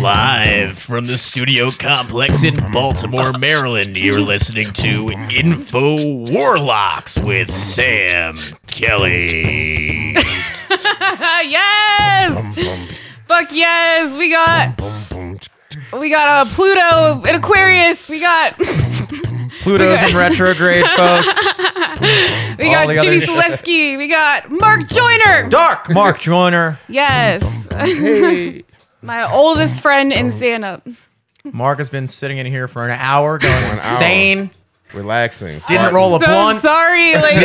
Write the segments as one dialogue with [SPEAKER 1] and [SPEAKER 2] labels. [SPEAKER 1] Live from the studio complex in Baltimore, Maryland, you're listening to Info Warlocks with Sam Kelly.
[SPEAKER 2] yes! Fuck yes! We got we got a Pluto in Aquarius. We got
[SPEAKER 3] Pluto's in retrograde, folks.
[SPEAKER 2] we
[SPEAKER 3] All
[SPEAKER 2] got
[SPEAKER 3] the
[SPEAKER 2] Jimmy
[SPEAKER 3] other-
[SPEAKER 2] Selefsky. We got Mark Joyner.
[SPEAKER 3] Dark Mark Joyner.
[SPEAKER 2] Yes. My oldest friend in stand up.
[SPEAKER 3] Mark has been sitting in here for an hour, going
[SPEAKER 4] hour.
[SPEAKER 3] insane.
[SPEAKER 4] Relaxing.
[SPEAKER 3] Didn't
[SPEAKER 4] farting.
[SPEAKER 3] roll a
[SPEAKER 2] So
[SPEAKER 3] blunt,
[SPEAKER 2] sorry. Like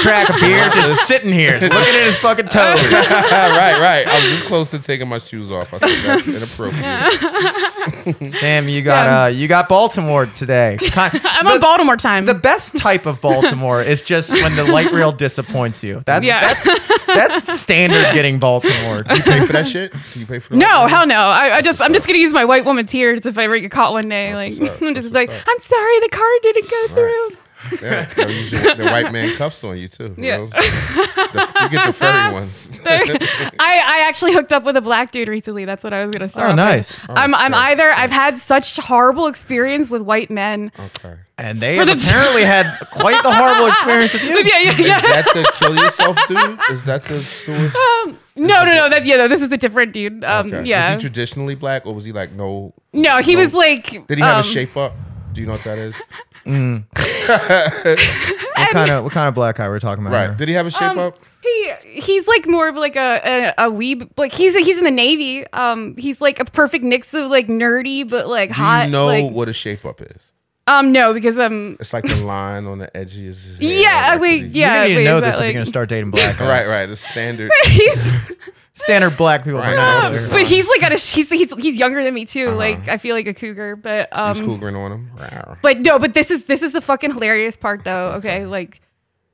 [SPEAKER 3] crack a beer, just sitting here looking at his fucking toes.
[SPEAKER 4] Ah, right, right. I was just close to taking my shoes off. I said that's inappropriate.
[SPEAKER 3] Sam, you got uh, you got Baltimore today. Kind-
[SPEAKER 2] I'm on Baltimore time.
[SPEAKER 3] the best type of Baltimore is just when the light rail disappoints you. That's
[SPEAKER 2] yeah.
[SPEAKER 3] that's standard getting Baltimore. Oh,
[SPEAKER 4] Do you pay for that shit? Do you pay for that?
[SPEAKER 2] No, hell no. I, I just I'm just gonna use my white woman tears if I ever get caught one day.
[SPEAKER 4] That's
[SPEAKER 2] like
[SPEAKER 4] what's up.
[SPEAKER 2] I'm
[SPEAKER 4] That's
[SPEAKER 2] just like,
[SPEAKER 4] what's up.
[SPEAKER 2] I'm sorry the car didn't go through.
[SPEAKER 4] Yeah, they'll use your- the white man cuffs on you too. you
[SPEAKER 2] Yeah.
[SPEAKER 4] know? The- you get the furry ones.
[SPEAKER 2] I, I actually hooked up with a black dude recently. That's what I was gonna start.
[SPEAKER 3] Oh,
[SPEAKER 2] off with.
[SPEAKER 3] nice.
[SPEAKER 2] I'm I'm either I've had such horrible experience with white men.
[SPEAKER 4] okay.
[SPEAKER 3] And they
[SPEAKER 2] For
[SPEAKER 3] have
[SPEAKER 2] the-
[SPEAKER 3] apparently had quite the horrible experience with you.
[SPEAKER 2] Yeah, yeah, Um,
[SPEAKER 4] Is
[SPEAKER 2] yeah.
[SPEAKER 4] that the kill yourself dude? Is that the suicide?
[SPEAKER 2] No, no, no. That yeah, no, this is a different dude. Um,
[SPEAKER 4] Okay.
[SPEAKER 2] yeah.
[SPEAKER 4] Was he traditionally black or was he like no?
[SPEAKER 2] no, he
[SPEAKER 4] no-
[SPEAKER 2] was like.
[SPEAKER 4] Did he have
[SPEAKER 2] um,
[SPEAKER 4] a shape up? Do you know what that is?
[SPEAKER 3] What kind of what kind of black guy we're talking about?
[SPEAKER 4] Right.
[SPEAKER 3] here?
[SPEAKER 4] Did he have a shape
[SPEAKER 2] um,
[SPEAKER 4] up?
[SPEAKER 2] He he's like more of like a, a a weeb. Like he's he's in the navy. Um, he's like a perfect mix of like nerdy but like
[SPEAKER 4] Do
[SPEAKER 2] hot.
[SPEAKER 4] you know
[SPEAKER 2] like-
[SPEAKER 4] what a shape up is?
[SPEAKER 2] um, no, because um.
[SPEAKER 4] It's like the line on the edges. of his hair,
[SPEAKER 2] Yeah,
[SPEAKER 4] like
[SPEAKER 2] we
[SPEAKER 4] the-
[SPEAKER 2] yeah.
[SPEAKER 3] you need
[SPEAKER 2] wait,
[SPEAKER 3] to know
[SPEAKER 2] is that,
[SPEAKER 3] this if you're
[SPEAKER 2] like-
[SPEAKER 3] gonna start dating black guys.
[SPEAKER 4] Right, right. The standard.
[SPEAKER 2] He's
[SPEAKER 3] Standard black people
[SPEAKER 4] Right.
[SPEAKER 3] pronounce
[SPEAKER 4] Um,
[SPEAKER 3] it.
[SPEAKER 2] but he's like got a he's he's he's younger than me too. Like I feel like a cougar, but um,
[SPEAKER 4] Uh-huh. He's cougaring on him. Rawr.
[SPEAKER 2] but no, but this is this is the fucking hilarious part though. Okay, like.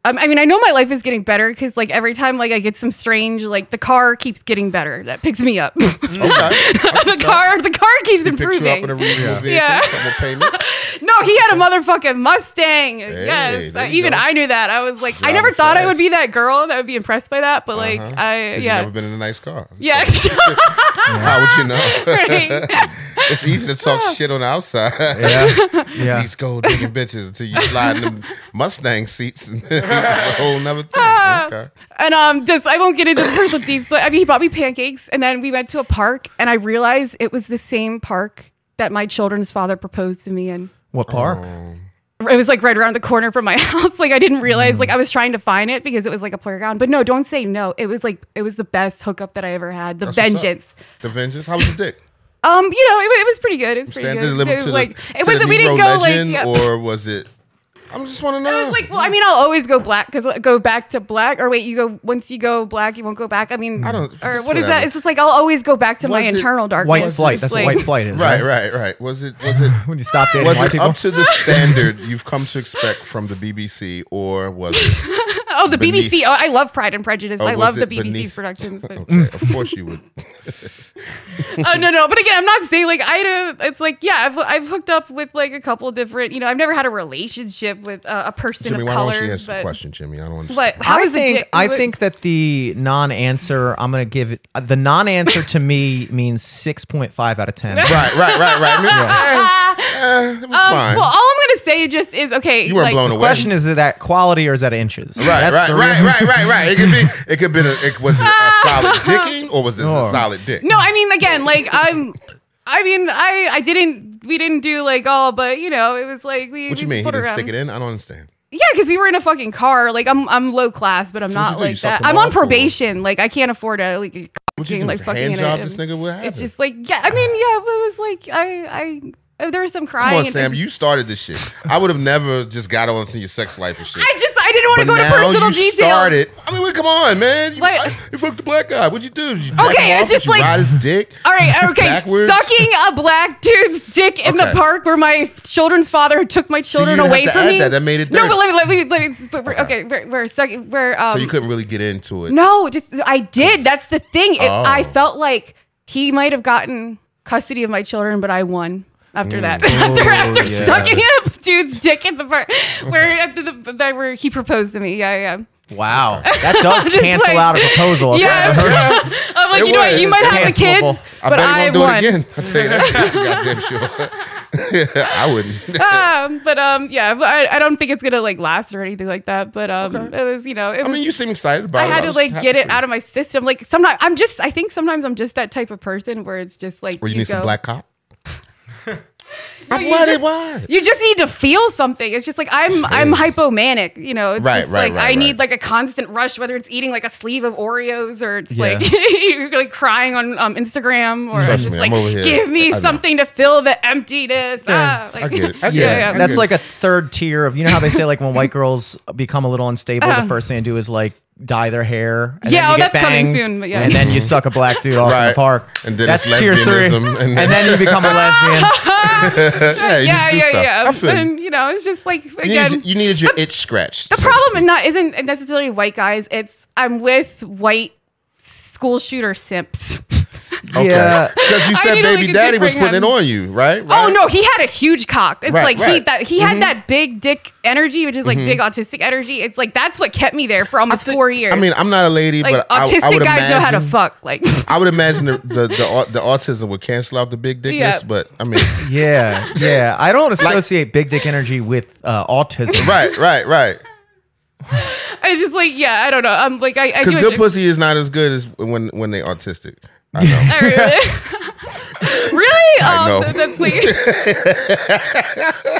[SPEAKER 2] Um, I mean, I know my life is getting better because, like, every time like I get some strange, like the car keeps getting better. That picks me up. the
[SPEAKER 4] Okay.
[SPEAKER 2] car, the car keeps
[SPEAKER 4] He picked you up
[SPEAKER 2] improving.
[SPEAKER 4] in a reasonable vehicle.
[SPEAKER 2] Yeah.
[SPEAKER 4] Couple payments.
[SPEAKER 2] no, he had a motherfucking Mustang. yes,
[SPEAKER 4] there
[SPEAKER 2] Uh,
[SPEAKER 4] you
[SPEAKER 2] even
[SPEAKER 4] go.
[SPEAKER 2] I knew that. I was like, I
[SPEAKER 4] Driving
[SPEAKER 2] never thought I would
[SPEAKER 4] fast.
[SPEAKER 2] be that girl that would be impressed by that, but like,
[SPEAKER 4] Uh-huh.
[SPEAKER 2] I
[SPEAKER 4] 'Cause
[SPEAKER 2] yeah,
[SPEAKER 4] You've never been in a nice car. So
[SPEAKER 2] yeah.
[SPEAKER 4] how would you know?
[SPEAKER 2] Right.
[SPEAKER 4] it's easy to talk shit on the outside.
[SPEAKER 3] Yeah, yeah.
[SPEAKER 4] These gold digging bitches until you slide in them Mustang seats. And it's a whole nother thing.
[SPEAKER 2] Ah.
[SPEAKER 4] Okay.
[SPEAKER 2] And um, just I won't get into the personal deeds, but I mean, he bought me pancakes, and then we went to a park, and I realized it was the same park that my children's father proposed to me in.
[SPEAKER 3] What park?
[SPEAKER 2] It was like right around the corner from my house. Like I didn't realize, like I was trying to find it because it was like a playground. But no, don't say no. It was like it was the best hookup that I ever had. The
[SPEAKER 4] That's what's up.
[SPEAKER 2] vengeance.
[SPEAKER 4] The vengeance. How was the dick?
[SPEAKER 2] Um, you know, it, wa- it was pretty good. It was pretty
[SPEAKER 4] Standard
[SPEAKER 2] good. It
[SPEAKER 4] living
[SPEAKER 2] was
[SPEAKER 4] to
[SPEAKER 2] like
[SPEAKER 4] the,
[SPEAKER 2] it
[SPEAKER 4] to the
[SPEAKER 2] wasn't. We didn't
[SPEAKER 4] Negro
[SPEAKER 2] go like.
[SPEAKER 4] legend,
[SPEAKER 2] Yeah.
[SPEAKER 4] or was it? I just want to
[SPEAKER 2] I
[SPEAKER 4] know.
[SPEAKER 2] was like, well, I mean, I'll always go black because go back to black, or wait, you go once you go black, you won't go back. I mean,
[SPEAKER 4] I don't-
[SPEAKER 2] Or
[SPEAKER 4] just
[SPEAKER 2] what is
[SPEAKER 4] whatever.
[SPEAKER 2] that? It's just like I'll always go back to my
[SPEAKER 4] Was it
[SPEAKER 2] internal darkness.
[SPEAKER 3] White
[SPEAKER 2] It's
[SPEAKER 3] flight.
[SPEAKER 2] just
[SPEAKER 3] That's
[SPEAKER 2] like,
[SPEAKER 3] what white flight is.
[SPEAKER 4] right, right, right. Was it? Was it?
[SPEAKER 3] When you stop dating
[SPEAKER 4] Was
[SPEAKER 3] white
[SPEAKER 4] it
[SPEAKER 3] people.
[SPEAKER 4] up to the standard you've come to expect from the BBC, or was it?
[SPEAKER 2] Oh, the BBC.
[SPEAKER 4] beneath-
[SPEAKER 2] Oh, I love Pride and Prejudice.
[SPEAKER 4] Oh,
[SPEAKER 2] I
[SPEAKER 4] was
[SPEAKER 2] love the
[SPEAKER 4] it
[SPEAKER 2] BBC
[SPEAKER 4] beneath-
[SPEAKER 2] productions. But,
[SPEAKER 4] Okay, of course you would.
[SPEAKER 2] oh no, no. But again, I'm not saying like I do. It's like yeah, I've, I've hooked up with like a couple different. You know, I've never had a relationship with uh, a person
[SPEAKER 4] Jimmy,
[SPEAKER 2] of
[SPEAKER 4] why
[SPEAKER 2] color.
[SPEAKER 4] don't you answer the
[SPEAKER 2] but-
[SPEAKER 4] question, Jimmy? I don't understand.
[SPEAKER 2] What? How
[SPEAKER 3] I
[SPEAKER 2] is the
[SPEAKER 3] think
[SPEAKER 2] dick-
[SPEAKER 3] I
[SPEAKER 2] what-
[SPEAKER 3] think that the non-answer I'm gonna give it uh, the non-answer to me means six point five out of ten.
[SPEAKER 4] Right, right, right, right. I mean, eh, eh, it was
[SPEAKER 2] Ah, Um,
[SPEAKER 4] fine.
[SPEAKER 2] well, all I'm gonna say just is okay.
[SPEAKER 4] you weren't
[SPEAKER 2] like,
[SPEAKER 4] blown
[SPEAKER 3] The
[SPEAKER 4] away.
[SPEAKER 3] question is, is that quality or is that inches?
[SPEAKER 4] right,
[SPEAKER 3] That's
[SPEAKER 4] right,
[SPEAKER 3] the
[SPEAKER 4] right,
[SPEAKER 3] real-
[SPEAKER 4] right, right, right. It could be. It could be. A, it was it a solid dicking, or was it a
[SPEAKER 3] Oh.
[SPEAKER 4] solid dick?
[SPEAKER 2] No, I mean again, like I'm. I mean, I I didn't. We didn't do like all, but you know, it was like we.
[SPEAKER 4] What
[SPEAKER 2] we
[SPEAKER 4] you mean? He
[SPEAKER 2] fooled
[SPEAKER 4] didn't
[SPEAKER 2] around.
[SPEAKER 4] stick it in? I don't understand.
[SPEAKER 2] Yeah, because we were in a fucking car. Like I'm I'm low class, but I'm
[SPEAKER 4] what you
[SPEAKER 2] not
[SPEAKER 4] do? You
[SPEAKER 2] like
[SPEAKER 4] suck
[SPEAKER 2] that.
[SPEAKER 4] them
[SPEAKER 2] I'm on
[SPEAKER 4] off, or-
[SPEAKER 2] probation. Like I can't afford a like. a
[SPEAKER 4] What you
[SPEAKER 2] thing,
[SPEAKER 4] do?
[SPEAKER 2] like fucking
[SPEAKER 4] hand
[SPEAKER 2] in
[SPEAKER 4] job
[SPEAKER 2] it.
[SPEAKER 4] this nigga? What happened?
[SPEAKER 2] It's just like yeah. I mean yeah, but it was like I I there was some crying.
[SPEAKER 4] Come on,
[SPEAKER 2] and-
[SPEAKER 4] Sam. You started this shit. I would have never just got on to your sex life and shit.
[SPEAKER 2] I just I didn't want to
[SPEAKER 4] But
[SPEAKER 2] go to
[SPEAKER 4] now
[SPEAKER 2] personal
[SPEAKER 4] you
[SPEAKER 2] detail.
[SPEAKER 4] started. I mean, wait, come on, man. You,
[SPEAKER 2] Like-
[SPEAKER 4] I- you fucked the black guy. What'd you do? Did you jack
[SPEAKER 2] Okay,
[SPEAKER 4] him
[SPEAKER 2] it's
[SPEAKER 4] off? Did
[SPEAKER 2] just
[SPEAKER 4] you
[SPEAKER 2] like-
[SPEAKER 4] ride his dick.
[SPEAKER 2] All right, okay.
[SPEAKER 4] Backwards?
[SPEAKER 2] Sucking a black dude's dick in
[SPEAKER 4] Okay.
[SPEAKER 2] the park where my children's father took my children
[SPEAKER 4] didn't have
[SPEAKER 2] away
[SPEAKER 4] to
[SPEAKER 2] from
[SPEAKER 4] add
[SPEAKER 2] me.
[SPEAKER 4] that. That made it
[SPEAKER 2] No,
[SPEAKER 4] dirty.
[SPEAKER 2] but let me let me let me. But we're, okay, we're, we're sucking. We're um.
[SPEAKER 4] So you couldn't really get into it.
[SPEAKER 2] no, just I did. That's the thing. It,
[SPEAKER 4] Oh.
[SPEAKER 2] I felt like he might have gotten custody of my children, but I won. After that, after after
[SPEAKER 4] yeah.
[SPEAKER 2] sucking a dude's dick in the park, where after the that where he proposed to me, yeah, yeah,
[SPEAKER 3] Wow, that does
[SPEAKER 2] just
[SPEAKER 3] cancel
[SPEAKER 2] like-
[SPEAKER 3] out a proposal.
[SPEAKER 2] yeah. I'm like,
[SPEAKER 4] It
[SPEAKER 2] you know what?
[SPEAKER 4] was.
[SPEAKER 2] You might have the
[SPEAKER 3] Cancelable.
[SPEAKER 2] kids,
[SPEAKER 4] I
[SPEAKER 2] but
[SPEAKER 4] bet
[SPEAKER 2] I,
[SPEAKER 4] he won't do
[SPEAKER 2] won.
[SPEAKER 4] it again. I'll tell you that. Goddamn sure. I wouldn't.
[SPEAKER 2] um, but um, yeah, but I, I don't think it's gonna like last or anything like that. But um, it was you know, it
[SPEAKER 4] I
[SPEAKER 2] was,
[SPEAKER 4] mean, you seem excited about
[SPEAKER 2] I
[SPEAKER 4] it.
[SPEAKER 2] had to
[SPEAKER 4] was
[SPEAKER 2] like
[SPEAKER 4] happy
[SPEAKER 2] get
[SPEAKER 4] for
[SPEAKER 2] it
[SPEAKER 4] you.
[SPEAKER 2] out of my system. Like sometimes I'm just, I think sometimes I'm just that type of person where it's just like
[SPEAKER 4] Well, you need some
[SPEAKER 2] go-
[SPEAKER 4] black cop. I'm
[SPEAKER 2] you
[SPEAKER 4] why
[SPEAKER 2] just-
[SPEAKER 4] why?
[SPEAKER 2] You just need to feel something. It's just like I'm I'm hypomanic, you know. It's
[SPEAKER 4] Right,
[SPEAKER 2] just
[SPEAKER 4] right,
[SPEAKER 2] like
[SPEAKER 4] right,
[SPEAKER 2] I
[SPEAKER 4] right.
[SPEAKER 2] need like a constant rush, whether it's eating like a sleeve of Oreos or it's
[SPEAKER 3] Yeah.
[SPEAKER 2] like you're like crying on um, Instagram or
[SPEAKER 4] Trust
[SPEAKER 2] just
[SPEAKER 4] me,
[SPEAKER 2] like
[SPEAKER 4] I'm over here.
[SPEAKER 2] give me
[SPEAKER 4] I know.
[SPEAKER 2] something to fill the emptiness. Ah, like,
[SPEAKER 4] I get it. I get
[SPEAKER 3] Yeah,
[SPEAKER 4] it. I
[SPEAKER 2] yeah.
[SPEAKER 4] get
[SPEAKER 3] that's
[SPEAKER 4] it.
[SPEAKER 3] like a third tier of you know how they say like when white girls become a little unstable, the first thing they do is like dye their hair.
[SPEAKER 2] Uh-huh.
[SPEAKER 3] And
[SPEAKER 2] Yeah,
[SPEAKER 3] then you
[SPEAKER 2] oh,
[SPEAKER 3] get
[SPEAKER 2] that's coming
[SPEAKER 3] bangs,
[SPEAKER 2] soon, but yeah.
[SPEAKER 3] And then you suck a black dude off in the
[SPEAKER 4] Right.
[SPEAKER 3] park.
[SPEAKER 4] And then
[SPEAKER 3] that's
[SPEAKER 4] it's
[SPEAKER 3] tier three.
[SPEAKER 4] lesbianism, and
[SPEAKER 3] And,
[SPEAKER 4] then-
[SPEAKER 3] then you become a lesbian.
[SPEAKER 4] yeah, you
[SPEAKER 2] yeah,
[SPEAKER 4] do
[SPEAKER 2] yeah,
[SPEAKER 4] stuff.
[SPEAKER 2] yeah.
[SPEAKER 4] I feel you.
[SPEAKER 2] And you know, it's just like
[SPEAKER 4] You needed,
[SPEAKER 2] again,
[SPEAKER 4] you needed your itch scratched.
[SPEAKER 2] the problem is not isn't necessarily white guys. It's I'm with white school shooter simps.
[SPEAKER 3] Yeah.
[SPEAKER 4] Because you
[SPEAKER 2] I
[SPEAKER 4] said
[SPEAKER 2] needed, like,
[SPEAKER 4] baby
[SPEAKER 2] a
[SPEAKER 4] daddy was
[SPEAKER 2] different
[SPEAKER 4] putting it
[SPEAKER 2] hand.
[SPEAKER 4] on you, right?
[SPEAKER 2] Oh
[SPEAKER 4] Right?
[SPEAKER 2] no, he had a huge cock. It's
[SPEAKER 4] Right,
[SPEAKER 2] like he
[SPEAKER 4] right. Mm-hmm.
[SPEAKER 2] that he had that big dick energy, which is like big autistic energy. It's like that's what kept me there for almost
[SPEAKER 4] think-
[SPEAKER 2] four years.
[SPEAKER 4] I mean, I'm not a lady,
[SPEAKER 2] like
[SPEAKER 4] but I,
[SPEAKER 2] autistic
[SPEAKER 4] I would
[SPEAKER 2] guys
[SPEAKER 4] imagine.
[SPEAKER 2] know how to fuck. Like
[SPEAKER 4] I would imagine the the, the, au- the autism would cancel out the big dickness,
[SPEAKER 2] Yeah.
[SPEAKER 4] but I mean,
[SPEAKER 3] Yeah, yeah. I don't associate big dick energy with uh, autism.
[SPEAKER 4] right, right, right.
[SPEAKER 2] it's just like yeah, I don't know. I'm like I, I
[SPEAKER 4] Because
[SPEAKER 2] do
[SPEAKER 4] good
[SPEAKER 2] enjoy-
[SPEAKER 4] pussy is not as good as when when they autistic. I know.
[SPEAKER 2] I really, really?
[SPEAKER 4] I
[SPEAKER 2] oh,
[SPEAKER 4] know.
[SPEAKER 2] that's like. Um,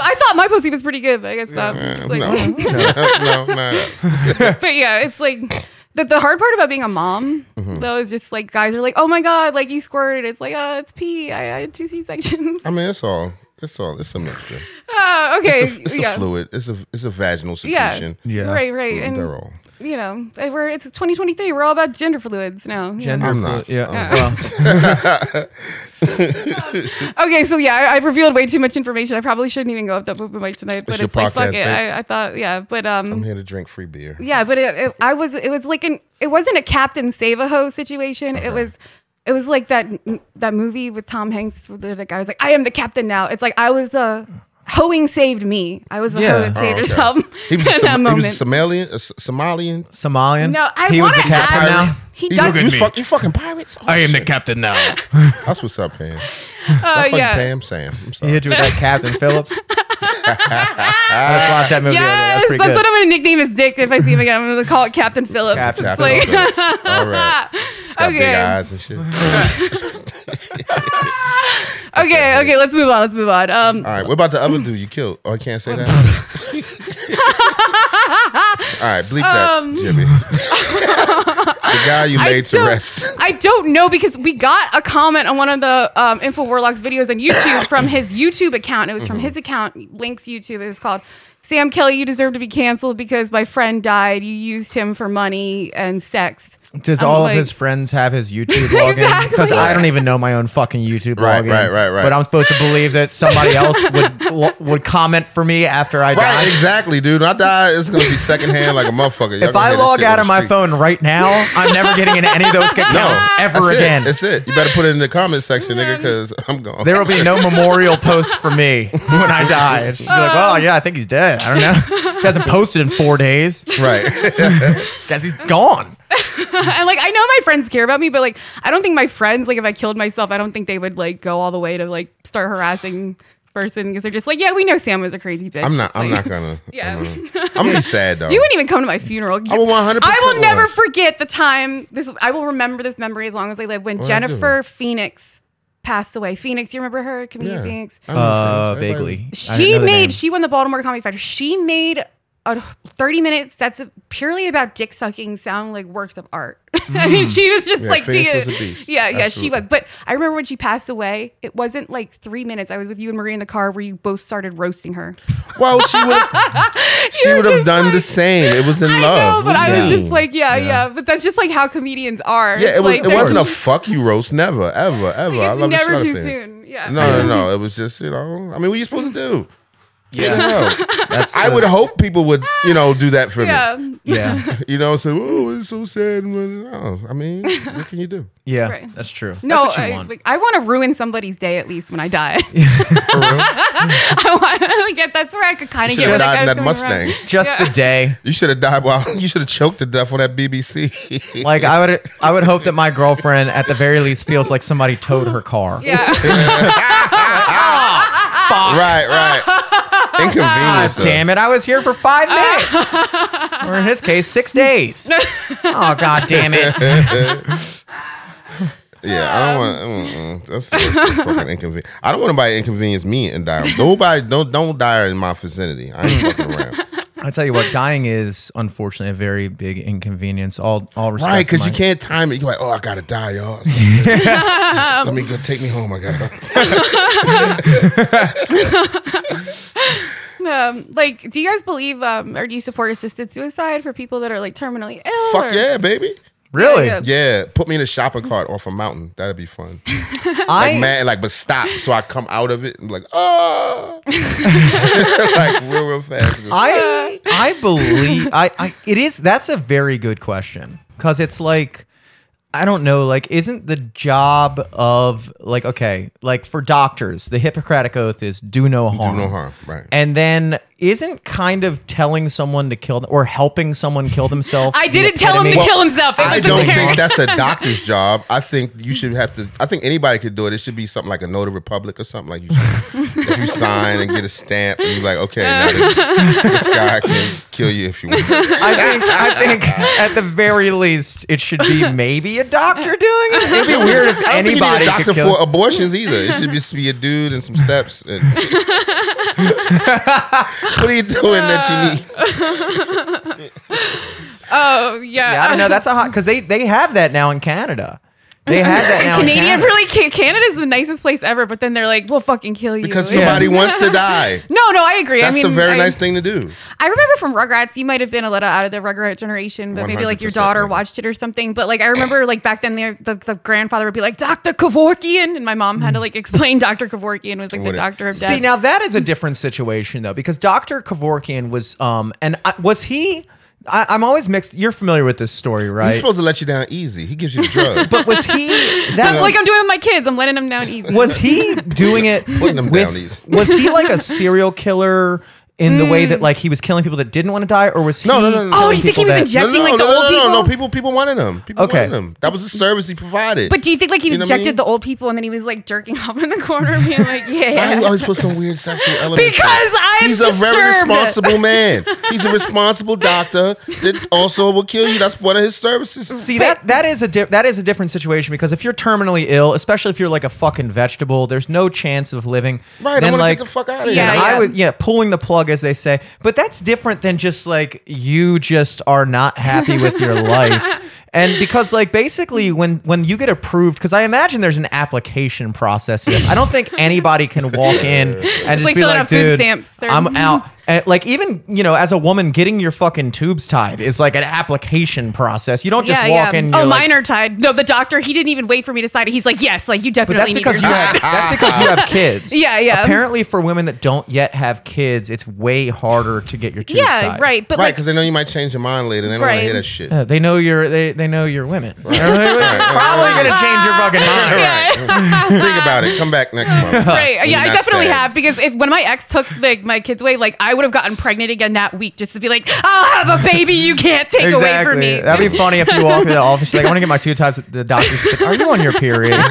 [SPEAKER 2] I thought my pussy was pretty good, but I guess not. Like-
[SPEAKER 4] no, no, no, no.
[SPEAKER 2] but yeah, it's like the, the hard part about being a mom
[SPEAKER 4] Mm-hmm.
[SPEAKER 2] though is just like guys are like, oh my god, like you squirted. It's like, oh, it's pee. I, I had two C sections.
[SPEAKER 4] I mean, it's all, it's all, it's a mixture.
[SPEAKER 2] Oh, okay.
[SPEAKER 4] It's a, it's
[SPEAKER 2] yeah.
[SPEAKER 4] a fluid. It's a, it's a vaginal
[SPEAKER 2] Yeah.
[SPEAKER 4] secretion.
[SPEAKER 3] Yeah.
[SPEAKER 2] Right, right. And
[SPEAKER 4] They're all.
[SPEAKER 2] you know, eh, we're it's 2023. We're all about gender fluids now. you know.
[SPEAKER 3] Gender.
[SPEAKER 4] I'm
[SPEAKER 3] flu-
[SPEAKER 4] not.
[SPEAKER 3] Yeah.
[SPEAKER 2] Yeah.
[SPEAKER 3] well,
[SPEAKER 2] Okay, so yeah, I, I've revealed way too much information. I probably shouldn't even go up that open mic tonight, but
[SPEAKER 4] your
[SPEAKER 2] it's, like
[SPEAKER 4] podcast,
[SPEAKER 2] fuck it.
[SPEAKER 4] babe.
[SPEAKER 2] I, I thought, yeah, but um,
[SPEAKER 4] I'm here to drink free beer.
[SPEAKER 2] Yeah, but it, it, I was it was like an it wasn't a Captain Save a Ho situation. It was it was like that that movie with Tom Hanks where the, the guy was like, I am the captain now. It's like I was the hoeing saved me. I was the
[SPEAKER 3] Yeah.
[SPEAKER 2] hoe that
[SPEAKER 3] Oh,
[SPEAKER 2] saved
[SPEAKER 4] okay.
[SPEAKER 2] herself
[SPEAKER 4] He was, a,
[SPEAKER 2] in that
[SPEAKER 4] Som- he was
[SPEAKER 2] moment.
[SPEAKER 4] a Somalian, a S- Somalian.
[SPEAKER 3] Somalian.
[SPEAKER 2] no, I
[SPEAKER 3] he was
[SPEAKER 2] want
[SPEAKER 3] a
[SPEAKER 2] to
[SPEAKER 3] captain
[SPEAKER 2] ask.
[SPEAKER 3] now.
[SPEAKER 2] He
[SPEAKER 4] He's a-
[SPEAKER 2] does.
[SPEAKER 4] you,
[SPEAKER 1] at me.
[SPEAKER 4] fuck, you fucking pirates. Oh,
[SPEAKER 1] I am the
[SPEAKER 4] shit.
[SPEAKER 1] captain now.
[SPEAKER 4] That's what's up, Pam.
[SPEAKER 2] Uh,
[SPEAKER 4] Fucking
[SPEAKER 2] yeah.
[SPEAKER 4] Pam Sam. I'm
[SPEAKER 3] He
[SPEAKER 4] sorry.
[SPEAKER 3] hit you with that Captain Phillips. Let's watch that movie.
[SPEAKER 2] Yes,
[SPEAKER 3] over there. That's pretty
[SPEAKER 2] that's,
[SPEAKER 3] good.
[SPEAKER 2] what I'm gonna nickname his dick if I see him again. I'm gonna call it Captain Phillips.
[SPEAKER 3] Captain
[SPEAKER 2] It's
[SPEAKER 4] Tap
[SPEAKER 2] like,
[SPEAKER 4] it on the lips. All right. It's got big
[SPEAKER 2] Okay.
[SPEAKER 4] eyes and shit. All
[SPEAKER 2] okay, okay, let's move on. Let's move on. Um,
[SPEAKER 4] right. What about the other dude you killed? Oh, I can't say that. All right. Bleep
[SPEAKER 3] Um.
[SPEAKER 4] that, Jimmy. the guy you laid to
[SPEAKER 2] don't-
[SPEAKER 4] rest.
[SPEAKER 2] I don't know because we got a comment on one of the um, Info Warlocks videos on YouTube from his YouTube account. It was
[SPEAKER 4] Mm-hmm.
[SPEAKER 2] from his account, Link's YouTube. It was called Sam Kelly, you deserve to be canceled because my friend died. You used him for money and sex.
[SPEAKER 3] Does
[SPEAKER 2] I'm
[SPEAKER 3] all
[SPEAKER 2] like-
[SPEAKER 3] of his friends have his YouTube login? Because
[SPEAKER 2] Exactly.
[SPEAKER 3] I don't even know my own fucking YouTube
[SPEAKER 4] Right,
[SPEAKER 3] login.
[SPEAKER 4] right, right, right.
[SPEAKER 3] But I'm supposed to believe that somebody else would would comment for me after I die.
[SPEAKER 4] Right, exactly, dude. When I die, it's gonna be secondhand like a motherfucker. Y'all
[SPEAKER 3] If
[SPEAKER 4] gonna
[SPEAKER 3] I
[SPEAKER 4] hear that
[SPEAKER 3] log
[SPEAKER 4] shit on
[SPEAKER 3] out
[SPEAKER 4] the
[SPEAKER 3] of my
[SPEAKER 4] street.
[SPEAKER 3] phone right now, I'm never getting into any of those accounts ever
[SPEAKER 4] that's
[SPEAKER 3] again.
[SPEAKER 4] It, that's it. You better put it in the comment section, nigga, because I'm gone.
[SPEAKER 3] There will be no memorial post for me when I die. It's just be like, well, yeah, I think he's dead. I don't know. He hasn't posted in four days.
[SPEAKER 4] right.
[SPEAKER 3] Guess he's gone.
[SPEAKER 2] And like, I know my friends care about me, but like, I don't think my friends, like, if I killed myself, I don't think they would like go all the way to like start harassing person because they're just like, yeah, we know Sam was a crazy bitch.
[SPEAKER 4] I'm not. I'm
[SPEAKER 2] Like,
[SPEAKER 4] not gonna.
[SPEAKER 2] Yeah.
[SPEAKER 4] I'm, gonna, I'm gonna be sad though.
[SPEAKER 2] You wouldn't even come to my funeral.
[SPEAKER 4] I would 100%
[SPEAKER 2] I will never
[SPEAKER 4] would.
[SPEAKER 2] forget the time. This I will remember this memory as long as I live. When
[SPEAKER 4] What'd Oh, I do?
[SPEAKER 2] Jennifer Phoenix passed away. Phoenix, you remember her? Comedian
[SPEAKER 4] Yeah.
[SPEAKER 2] Phoenix.
[SPEAKER 4] I don't know,
[SPEAKER 3] Uh,
[SPEAKER 4] friends.
[SPEAKER 3] vaguely.
[SPEAKER 4] Everybody-
[SPEAKER 3] I didn't
[SPEAKER 2] She
[SPEAKER 3] know the name.
[SPEAKER 2] made. She won the Baltimore Comedy Fighter. She made a 30 minute sets of purely about dick sucking sound like works of art. I mean, she was just
[SPEAKER 4] Mm. Yeah,
[SPEAKER 2] like
[SPEAKER 4] Phoenix
[SPEAKER 2] the-
[SPEAKER 4] was a beast.
[SPEAKER 2] Yeah, yeah, she
[SPEAKER 4] Absolutely.
[SPEAKER 2] was. But I remember when she passed away. It wasn't like three minutes. I was with you and Marie in the car where you both started roasting her.
[SPEAKER 4] Well, she would. she
[SPEAKER 2] You're
[SPEAKER 4] would have
[SPEAKER 2] just
[SPEAKER 4] done the
[SPEAKER 2] like-
[SPEAKER 4] same. It was in
[SPEAKER 2] I
[SPEAKER 4] love.
[SPEAKER 2] know, but
[SPEAKER 4] What do
[SPEAKER 2] I
[SPEAKER 4] you
[SPEAKER 2] was
[SPEAKER 4] mean?
[SPEAKER 2] just like, yeah, yeah, But that's just like how comedians are.
[SPEAKER 4] Yeah, it was.
[SPEAKER 2] Like,
[SPEAKER 4] it
[SPEAKER 2] there's-
[SPEAKER 4] wasn't a fuck you roast. Never, ever, ever. I
[SPEAKER 2] It's
[SPEAKER 4] love the
[SPEAKER 2] never
[SPEAKER 4] slaughter
[SPEAKER 2] too
[SPEAKER 4] thing.
[SPEAKER 2] soon. Yeah.
[SPEAKER 4] No, no, no. It was just you know. I mean, what you supposed to do? You
[SPEAKER 3] Yeah.
[SPEAKER 4] know,
[SPEAKER 3] That's
[SPEAKER 4] I
[SPEAKER 3] the-
[SPEAKER 4] would hope people would, you know, do that for
[SPEAKER 2] Yeah.
[SPEAKER 3] Yeah.
[SPEAKER 4] me. You know, say, "Oh, it's so sad." No, I mean, what can you do?
[SPEAKER 3] Yeah.
[SPEAKER 2] Right.
[SPEAKER 3] That's true.
[SPEAKER 2] No,
[SPEAKER 3] that's what you
[SPEAKER 2] I,
[SPEAKER 3] want.
[SPEAKER 2] like, I want to ruin somebody's day at least when I die.
[SPEAKER 4] For real,
[SPEAKER 2] I want to get that's where I could kind
[SPEAKER 4] you
[SPEAKER 2] of
[SPEAKER 4] should
[SPEAKER 2] get
[SPEAKER 4] have
[SPEAKER 2] what I
[SPEAKER 4] died in
[SPEAKER 2] was
[SPEAKER 4] that
[SPEAKER 2] going
[SPEAKER 4] Mustang.
[SPEAKER 2] Wrong.
[SPEAKER 3] Just the day.
[SPEAKER 4] You should have died while you should have choked to death on that BBC.
[SPEAKER 3] Like I would I would hope that my girlfriend at the very least feels like somebody towed her car.
[SPEAKER 2] Yeah. Ah.
[SPEAKER 4] right, right.
[SPEAKER 3] God
[SPEAKER 4] Inconvenience.
[SPEAKER 3] damn it, I was here for five
[SPEAKER 2] Uh.
[SPEAKER 3] minutes. or in his case, six days. oh god damn it.
[SPEAKER 4] Yeah, I don't want. Mm-mm, that's, that's fucking inconvenient. I don't want nobody to inconvenience me and die. Nobody, don't don't die in my vicinity. I ain't fucking around.
[SPEAKER 3] I tell you what, dying is unfortunately a very big inconvenience. All all respect.
[SPEAKER 4] Right,
[SPEAKER 3] to
[SPEAKER 4] because
[SPEAKER 3] my-
[SPEAKER 4] you can't time it. You're like, oh, I gotta die, y'all. Let me go. Take me home. I gotta.
[SPEAKER 2] um, like, do you guys believe um, or do you support assisted suicide for people that are like terminally ill? or-
[SPEAKER 4] Fuck yeah, baby.
[SPEAKER 3] Really?
[SPEAKER 2] Yeah.
[SPEAKER 4] Yeah, put me in a shopping cart off a mountain. That'd be fun.
[SPEAKER 3] I
[SPEAKER 4] Man, like, but stop. So I come out of it and like, oh, like real, real fast. Just-
[SPEAKER 3] I I believe I, I it is that's a very good question because it's like I don't know like isn't the job of like okay like for doctors the Hippocratic oath is do no harm
[SPEAKER 4] do no harm. Right.
[SPEAKER 3] and then isn't kind of telling someone to kill or helping someone kill themselves
[SPEAKER 2] I
[SPEAKER 3] the
[SPEAKER 2] didn't tell him to
[SPEAKER 3] epitome-
[SPEAKER 2] kill himself. It
[SPEAKER 4] I
[SPEAKER 2] was
[SPEAKER 4] don't
[SPEAKER 2] a parent.
[SPEAKER 4] think that's a doctor's job. I think you should have to. I think anybody could do it. It should be something like a notary public or something like you. Should, if you sign and get a stamp, and you're like, okay, now this, this guy can kill you if you want.
[SPEAKER 3] I think I think at the very least it should be maybe a doctor doing it. It'd be weird if
[SPEAKER 4] I don't think you need
[SPEAKER 3] anybody
[SPEAKER 4] a doctor
[SPEAKER 3] could kill.
[SPEAKER 4] for abortions either. It should just be a dude and some steps. And what are you doing that you need?
[SPEAKER 2] Oh yeah.
[SPEAKER 3] yeah, I don't know. That's a hot because they they have that now in Canada. They have that now. in
[SPEAKER 2] Canadian
[SPEAKER 3] Canada.
[SPEAKER 2] really Ca- Canada's the nicest place ever, but then they're like, "We'll fucking kill you."
[SPEAKER 4] Because
[SPEAKER 2] Yeah.
[SPEAKER 4] somebody wants to die.
[SPEAKER 2] No, no, I agree.
[SPEAKER 4] That's
[SPEAKER 2] I mean,
[SPEAKER 4] a very
[SPEAKER 2] I,
[SPEAKER 4] nice thing to do.
[SPEAKER 2] I remember from Rugrats, you might have been a little out of the Rugrat generation, but maybe like your
[SPEAKER 4] 100%
[SPEAKER 2] daughter
[SPEAKER 4] maybe.
[SPEAKER 2] watched it or something. But like I remember, like back then, the, the, the grandfather would be like, "Doctor Kevorkian," and my mom had to like explain Doctor Kevorkian was like
[SPEAKER 4] What
[SPEAKER 2] the
[SPEAKER 4] it-
[SPEAKER 2] doctor of death.
[SPEAKER 3] See, now that is a different situation though, because Doctor Kevorkian was um and I, was he? I, I'm always mixed. You're familiar with this story,
[SPEAKER 4] He's
[SPEAKER 3] right?
[SPEAKER 4] supposed to let you down easy. He gives you the drug.
[SPEAKER 3] but was he? That
[SPEAKER 2] like
[SPEAKER 3] was,
[SPEAKER 2] I'm doing with my kids, I'm letting them down easy.
[SPEAKER 3] was he doing it?
[SPEAKER 4] Putting them
[SPEAKER 3] with,
[SPEAKER 4] down easy.
[SPEAKER 3] Was he like a serial killer? In the way that like he was killing people that didn't want to die, or was
[SPEAKER 4] No,
[SPEAKER 3] he
[SPEAKER 4] no, no, no, no.
[SPEAKER 2] Mm. Oh, do you think he
[SPEAKER 3] people
[SPEAKER 2] was
[SPEAKER 3] that-
[SPEAKER 2] injecting like the
[SPEAKER 4] no,
[SPEAKER 2] old
[SPEAKER 4] no,
[SPEAKER 2] people?
[SPEAKER 4] No, no, people, people wanted him. People
[SPEAKER 3] Okay.
[SPEAKER 4] wanted him. That was a service he provided.
[SPEAKER 2] But do you think like he
[SPEAKER 4] You know what I
[SPEAKER 2] injected
[SPEAKER 4] mean?
[SPEAKER 2] the old people and then he was like jerking off in the corner, being like,
[SPEAKER 4] why
[SPEAKER 2] "Yeah."
[SPEAKER 4] you always put some weird sexual element?
[SPEAKER 2] Because I am
[SPEAKER 4] he's a very
[SPEAKER 2] disturbed.
[SPEAKER 4] responsible man. He's a responsible doctor that also will kill you. That's one of his services.
[SPEAKER 3] See that that is a di- that is a different situation because if you're terminally ill, especially if you're like a fucking vegetable, there's no chance of living.
[SPEAKER 4] Right, I
[SPEAKER 3] Then,
[SPEAKER 4] wanna
[SPEAKER 3] like,
[SPEAKER 4] get the fuck outta
[SPEAKER 3] then
[SPEAKER 2] here. Yeah,
[SPEAKER 3] I
[SPEAKER 2] yeah.
[SPEAKER 3] would yeah, pulling the plug as they say. But that's different than just like you just are not happy with your life. And because like basically when when you get approved cuz I imagine there's an application process. Yes. I don't think anybody can walk in and just
[SPEAKER 2] like
[SPEAKER 3] be
[SPEAKER 2] filling
[SPEAKER 3] like
[SPEAKER 2] out food
[SPEAKER 3] dude,
[SPEAKER 2] stamps. They're-
[SPEAKER 3] I'm out. And, Uh, like even, you know, as a woman getting your fucking tubes tied is like an application process. You don't just walk in and
[SPEAKER 2] Oh,
[SPEAKER 3] you're like,
[SPEAKER 2] mine are tied. No, the doctor, he didn't even wait for me to sign it. He's like, yes, like you
[SPEAKER 3] But
[SPEAKER 2] definitely
[SPEAKER 3] that's
[SPEAKER 2] need
[SPEAKER 3] because you
[SPEAKER 2] your
[SPEAKER 4] Ah,
[SPEAKER 3] have, that's because you have kids.
[SPEAKER 2] Yeah, yeah.
[SPEAKER 3] Apparently, for women that don't yet have kids, it's way harder to get your tubes
[SPEAKER 2] Yeah,
[SPEAKER 3] tied.
[SPEAKER 2] right. But
[SPEAKER 4] right,
[SPEAKER 2] like,
[SPEAKER 4] because they know you might change your mind later. They don't want
[SPEAKER 2] Right.
[SPEAKER 4] to hear that shit.
[SPEAKER 3] Uh, they know you're they, they know you're women. They're Probably gonna change your fucking mind.
[SPEAKER 4] Think about it. Come back next month.
[SPEAKER 2] right. Yeah,
[SPEAKER 4] You're
[SPEAKER 2] I
[SPEAKER 4] not
[SPEAKER 2] definitely
[SPEAKER 4] sad.
[SPEAKER 2] have because if when my ex took like my kids away, like I would have gotten pregnant again that week just to be like, I'll have a baby you can't take away from me.
[SPEAKER 3] That'd be funny if you walk into the office. She's like, I want to get my two times. The doctor's just like, Are you on your period?
[SPEAKER 4] Right,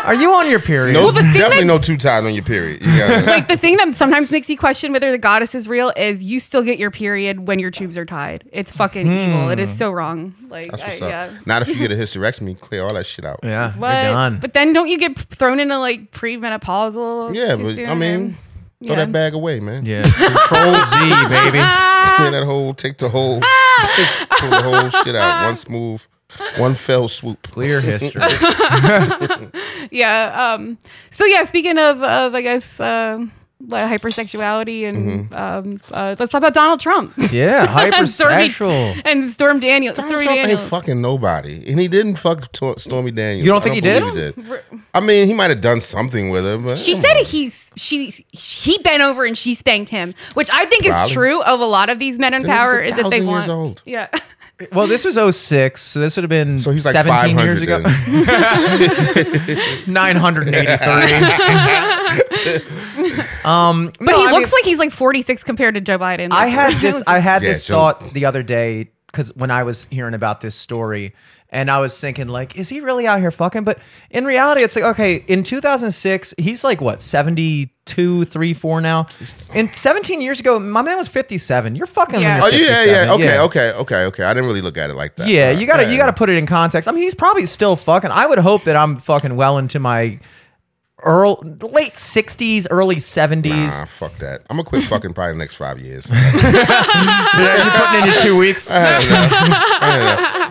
[SPEAKER 3] Are
[SPEAKER 4] right.
[SPEAKER 3] you on your period?
[SPEAKER 4] No,
[SPEAKER 2] the thing
[SPEAKER 4] definitely
[SPEAKER 2] that-
[SPEAKER 4] no two tied on your period. You got
[SPEAKER 2] like the thing that sometimes makes you question whether the goddess is real is you still get your period when your tubes are tied. It's fucking evil. It is so wrong. Like,
[SPEAKER 4] Hmm. That's what's
[SPEAKER 2] I,
[SPEAKER 4] up.
[SPEAKER 2] uh, yeah.
[SPEAKER 4] Not if you get a hysterectomy, clear all that shit out.
[SPEAKER 3] Yeah,
[SPEAKER 2] What?
[SPEAKER 3] you're done.
[SPEAKER 2] But then don't you get p- thrown into like premenopausal?
[SPEAKER 4] Yeah,
[SPEAKER 2] too
[SPEAKER 4] but
[SPEAKER 2] soon
[SPEAKER 4] I mean,
[SPEAKER 2] and-
[SPEAKER 4] throw
[SPEAKER 2] Yeah.
[SPEAKER 4] that bag away, man.
[SPEAKER 3] yeah, Control Z, baby.
[SPEAKER 4] Man, that whole take the whole
[SPEAKER 2] Ah!
[SPEAKER 4] pull the whole shit out. One smooth, one fell swoop.
[SPEAKER 3] Clear history.
[SPEAKER 2] yeah. Um. So yeah, speaking of, of I guess, uh, like, hypersexuality and
[SPEAKER 4] Mm-hmm.
[SPEAKER 2] um, uh, let's talk about Donald Trump.
[SPEAKER 3] Yeah,
[SPEAKER 2] And Stormy-
[SPEAKER 3] hypersexual.
[SPEAKER 2] and Storm Daniels.
[SPEAKER 4] Donald
[SPEAKER 2] Stormy
[SPEAKER 4] Trump ain't
[SPEAKER 2] Daniels.
[SPEAKER 4] fucking nobody, and he didn't fuck Tor- Stormy Daniels.
[SPEAKER 3] You don't think
[SPEAKER 4] I
[SPEAKER 3] he
[SPEAKER 4] believe he did? I mean, he might have done something with her, but
[SPEAKER 2] She said he's she he bent over and she spanked him, which I think is
[SPEAKER 4] Probably.
[SPEAKER 2] true of a lot of these men in
[SPEAKER 4] Then he was
[SPEAKER 2] power
[SPEAKER 4] a
[SPEAKER 2] is that they
[SPEAKER 4] thousand
[SPEAKER 2] want.
[SPEAKER 4] years old.
[SPEAKER 2] Yeah,
[SPEAKER 3] Well, this was 06, so this would have been
[SPEAKER 4] So he's like
[SPEAKER 3] 17
[SPEAKER 4] 500
[SPEAKER 3] years ago.
[SPEAKER 4] then.
[SPEAKER 3] 983. um,
[SPEAKER 2] but he looks like he's like 46 compared to Joe Biden.
[SPEAKER 3] I
[SPEAKER 2] Like,
[SPEAKER 3] had this. I had
[SPEAKER 4] Yeah,
[SPEAKER 3] this
[SPEAKER 4] Joe-
[SPEAKER 3] thought the other day because when I was hearing about this story, and I was thinking, like, is he really out here fucking? But in reality, it's like, okay, in 2006, he's like what 72, 3, 4 now. And 17 years ago, my man was 57. You're fucking.
[SPEAKER 2] Yeah.
[SPEAKER 3] Yeah.
[SPEAKER 4] Oh yeah, yeah. Okay, okay, okay, okay. I didn't really look at it like that.
[SPEAKER 3] Yeah,
[SPEAKER 4] Right.
[SPEAKER 3] you gotta you gotta put it in context. I mean, he's probably still fucking. I would hope that I'm fucking well into my early late sixties, early seventies.
[SPEAKER 4] Nah, Ah, fuck that. I'm gonna quit fucking probably the next five years.
[SPEAKER 3] You're putting in your two weeks.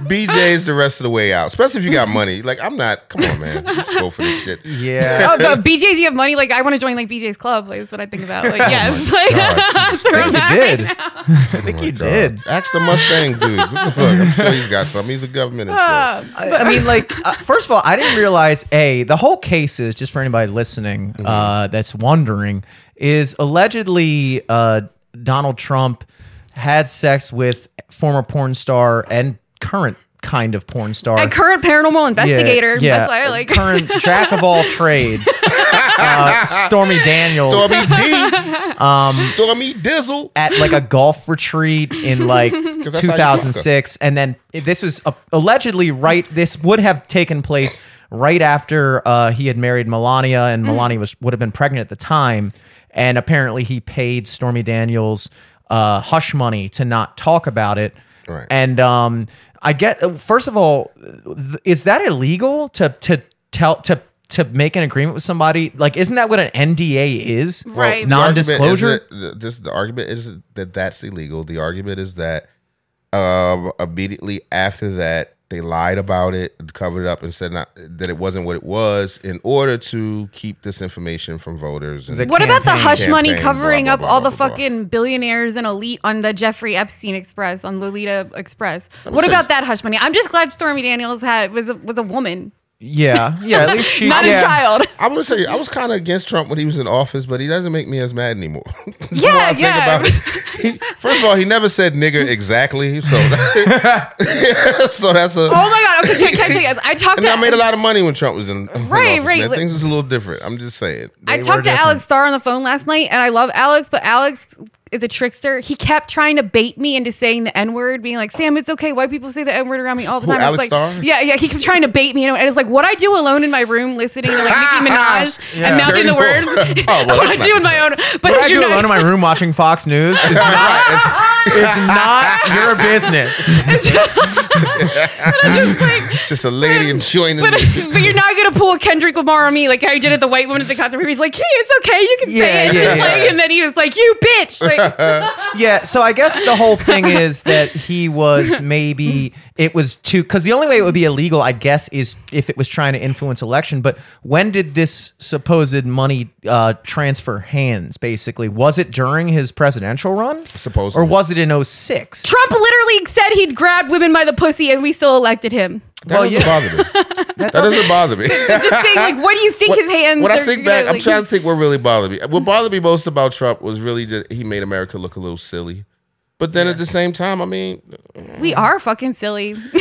[SPEAKER 4] BJ's the rest of the way out, especially if you got money. Like I'm not. Come on, man. Let's go for this shit.
[SPEAKER 3] Yeah.
[SPEAKER 2] Oh, but BJ's, you have money. Like, I want to join like BJ's club. Like, that's what I think about. Like, yes. Like,
[SPEAKER 4] Oh God,
[SPEAKER 2] throw
[SPEAKER 3] I think
[SPEAKER 2] that
[SPEAKER 3] he
[SPEAKER 2] right
[SPEAKER 3] did.
[SPEAKER 2] now.
[SPEAKER 3] I
[SPEAKER 4] I
[SPEAKER 3] think he did.
[SPEAKER 4] Ask the Mustang dude. What the fuck? I'm sure he's got something. He's a government
[SPEAKER 2] Ah.
[SPEAKER 4] employee.
[SPEAKER 3] I, I mean, like, uh, first of all, I didn't realize a the whole case is just for anybody listening uh, that's wondering is allegedly uh, Donald Trump had sex with former porn star and current kind of porn star
[SPEAKER 2] A current paranormal investigator. That's why I like.
[SPEAKER 3] current jack of all trades, uh, Stormy Daniels
[SPEAKER 4] Stormy D.
[SPEAKER 3] Um,
[SPEAKER 4] Stormy Dizzle.
[SPEAKER 3] at like a golf retreat in like
[SPEAKER 4] that's how you fuck
[SPEAKER 3] 2006, and then this was a, allegedly right. This would have taken place right after uh, he had married Melania, and
[SPEAKER 4] Mm-hmm.
[SPEAKER 3] Melania was would have been pregnant at the time, and apparently he paid Stormy Daniels uh, hush money to not talk about it,
[SPEAKER 4] Right.
[SPEAKER 3] and um, I get first of all, th- is that illegal to to tell to to make an agreement with somebody like isn't that what an NDA is?
[SPEAKER 2] Right.
[SPEAKER 4] the argument
[SPEAKER 3] Non-disclosure?
[SPEAKER 4] isn't- th- This the argument is that that's illegal. The argument is that um, immediately after that they lied about it, covered it up, and said not, that it wasn't what it was in order to keep this information from voters. And
[SPEAKER 3] The-
[SPEAKER 2] What about the
[SPEAKER 3] campaign,
[SPEAKER 2] hush money
[SPEAKER 4] campaign,
[SPEAKER 2] covering
[SPEAKER 4] blah,
[SPEAKER 2] up
[SPEAKER 4] blah,
[SPEAKER 2] all
[SPEAKER 4] blah,
[SPEAKER 2] the
[SPEAKER 4] blah, blah.
[SPEAKER 2] fucking billionaires and elite on the Jeffrey Epstein Express, on Lolita Express?
[SPEAKER 4] me
[SPEAKER 2] What
[SPEAKER 4] tell
[SPEAKER 2] about
[SPEAKER 4] you-
[SPEAKER 2] that hush money? I'm just glad Stormy Daniels had was a, was a woman,
[SPEAKER 3] Yeah, yeah. At least she
[SPEAKER 2] not
[SPEAKER 3] yeah.
[SPEAKER 2] a child.
[SPEAKER 4] I would say I was kind of against Trump when he was in office, but he doesn't make me as mad anymore. The
[SPEAKER 2] Yeah,
[SPEAKER 4] more I
[SPEAKER 2] yeah.
[SPEAKER 4] Think about it, he, first of all, he never said nigger exactly, so so that's
[SPEAKER 2] Oh
[SPEAKER 4] a.
[SPEAKER 2] my god! Okay, can, can I tell you guys? I talked
[SPEAKER 4] and
[SPEAKER 2] to
[SPEAKER 4] I made a lot of money when Trump was in, in
[SPEAKER 2] Right,
[SPEAKER 4] office,
[SPEAKER 2] right.
[SPEAKER 4] man. Things is a little different. I'm just saying.
[SPEAKER 2] I
[SPEAKER 3] They were
[SPEAKER 2] talked to
[SPEAKER 3] different.
[SPEAKER 2] Alex Starr on the phone last night, and I love Alex, but Alex is a trickster. He kept trying to bait me into saying the N word, being like, "Sam, it's okay. White people say the N word around me all the
[SPEAKER 4] Who,
[SPEAKER 2] time." I was
[SPEAKER 4] Alex
[SPEAKER 2] like,
[SPEAKER 4] Starr?
[SPEAKER 2] Yeah, yeah. He kept trying to bait me, you know, and it's like what I do alone in my room, listening to like Nicki Minaj
[SPEAKER 3] Yeah.
[SPEAKER 2] and mouthing the
[SPEAKER 4] Dirty
[SPEAKER 2] words.
[SPEAKER 4] boy. Oh, well,
[SPEAKER 2] what
[SPEAKER 4] that's
[SPEAKER 2] I do in
[SPEAKER 4] nice.
[SPEAKER 2] my own, but
[SPEAKER 3] What I
[SPEAKER 2] you're
[SPEAKER 3] do
[SPEAKER 2] not-
[SPEAKER 3] alone in my room watching Fox News is not, is, is not your business.
[SPEAKER 4] It's just a lady enjoying the
[SPEAKER 2] But,
[SPEAKER 4] nigger.
[SPEAKER 2] but you're not gonna pull a Kendrick Lamar on me like how you did at the white woman at the concert. Where he's like, "Hey, it's okay, you can
[SPEAKER 3] Yeah,
[SPEAKER 2] say it."
[SPEAKER 3] yeah,
[SPEAKER 2] She's
[SPEAKER 3] yeah.
[SPEAKER 2] like, and then he was like, "You bitch!" Like,
[SPEAKER 3] Yeah, so I guess the whole thing is that he was maybe it was too because the only way it would be illegal, I guess, is if it was trying to influence election. But when did this supposed money uh, transfer hands? Basically, was it during his presidential run?
[SPEAKER 4] Supposedly.
[SPEAKER 3] or was it in 06?
[SPEAKER 2] Trump literally said he'd grabbed women by the pussy, and we still elected him.
[SPEAKER 4] That
[SPEAKER 3] Well,
[SPEAKER 4] doesn't
[SPEAKER 3] yeah.
[SPEAKER 4] bother me. That doesn't bother me.
[SPEAKER 2] just saying, like, what do you think
[SPEAKER 4] What-
[SPEAKER 2] his hands?
[SPEAKER 4] When I
[SPEAKER 2] are
[SPEAKER 4] think
[SPEAKER 2] gonna,
[SPEAKER 4] back, I'm
[SPEAKER 2] like-
[SPEAKER 4] trying to think what really bothered me. What bothered me most about Trump was really that he made America look a little silly. But then at the same time, I mean,
[SPEAKER 2] We are fucking silly.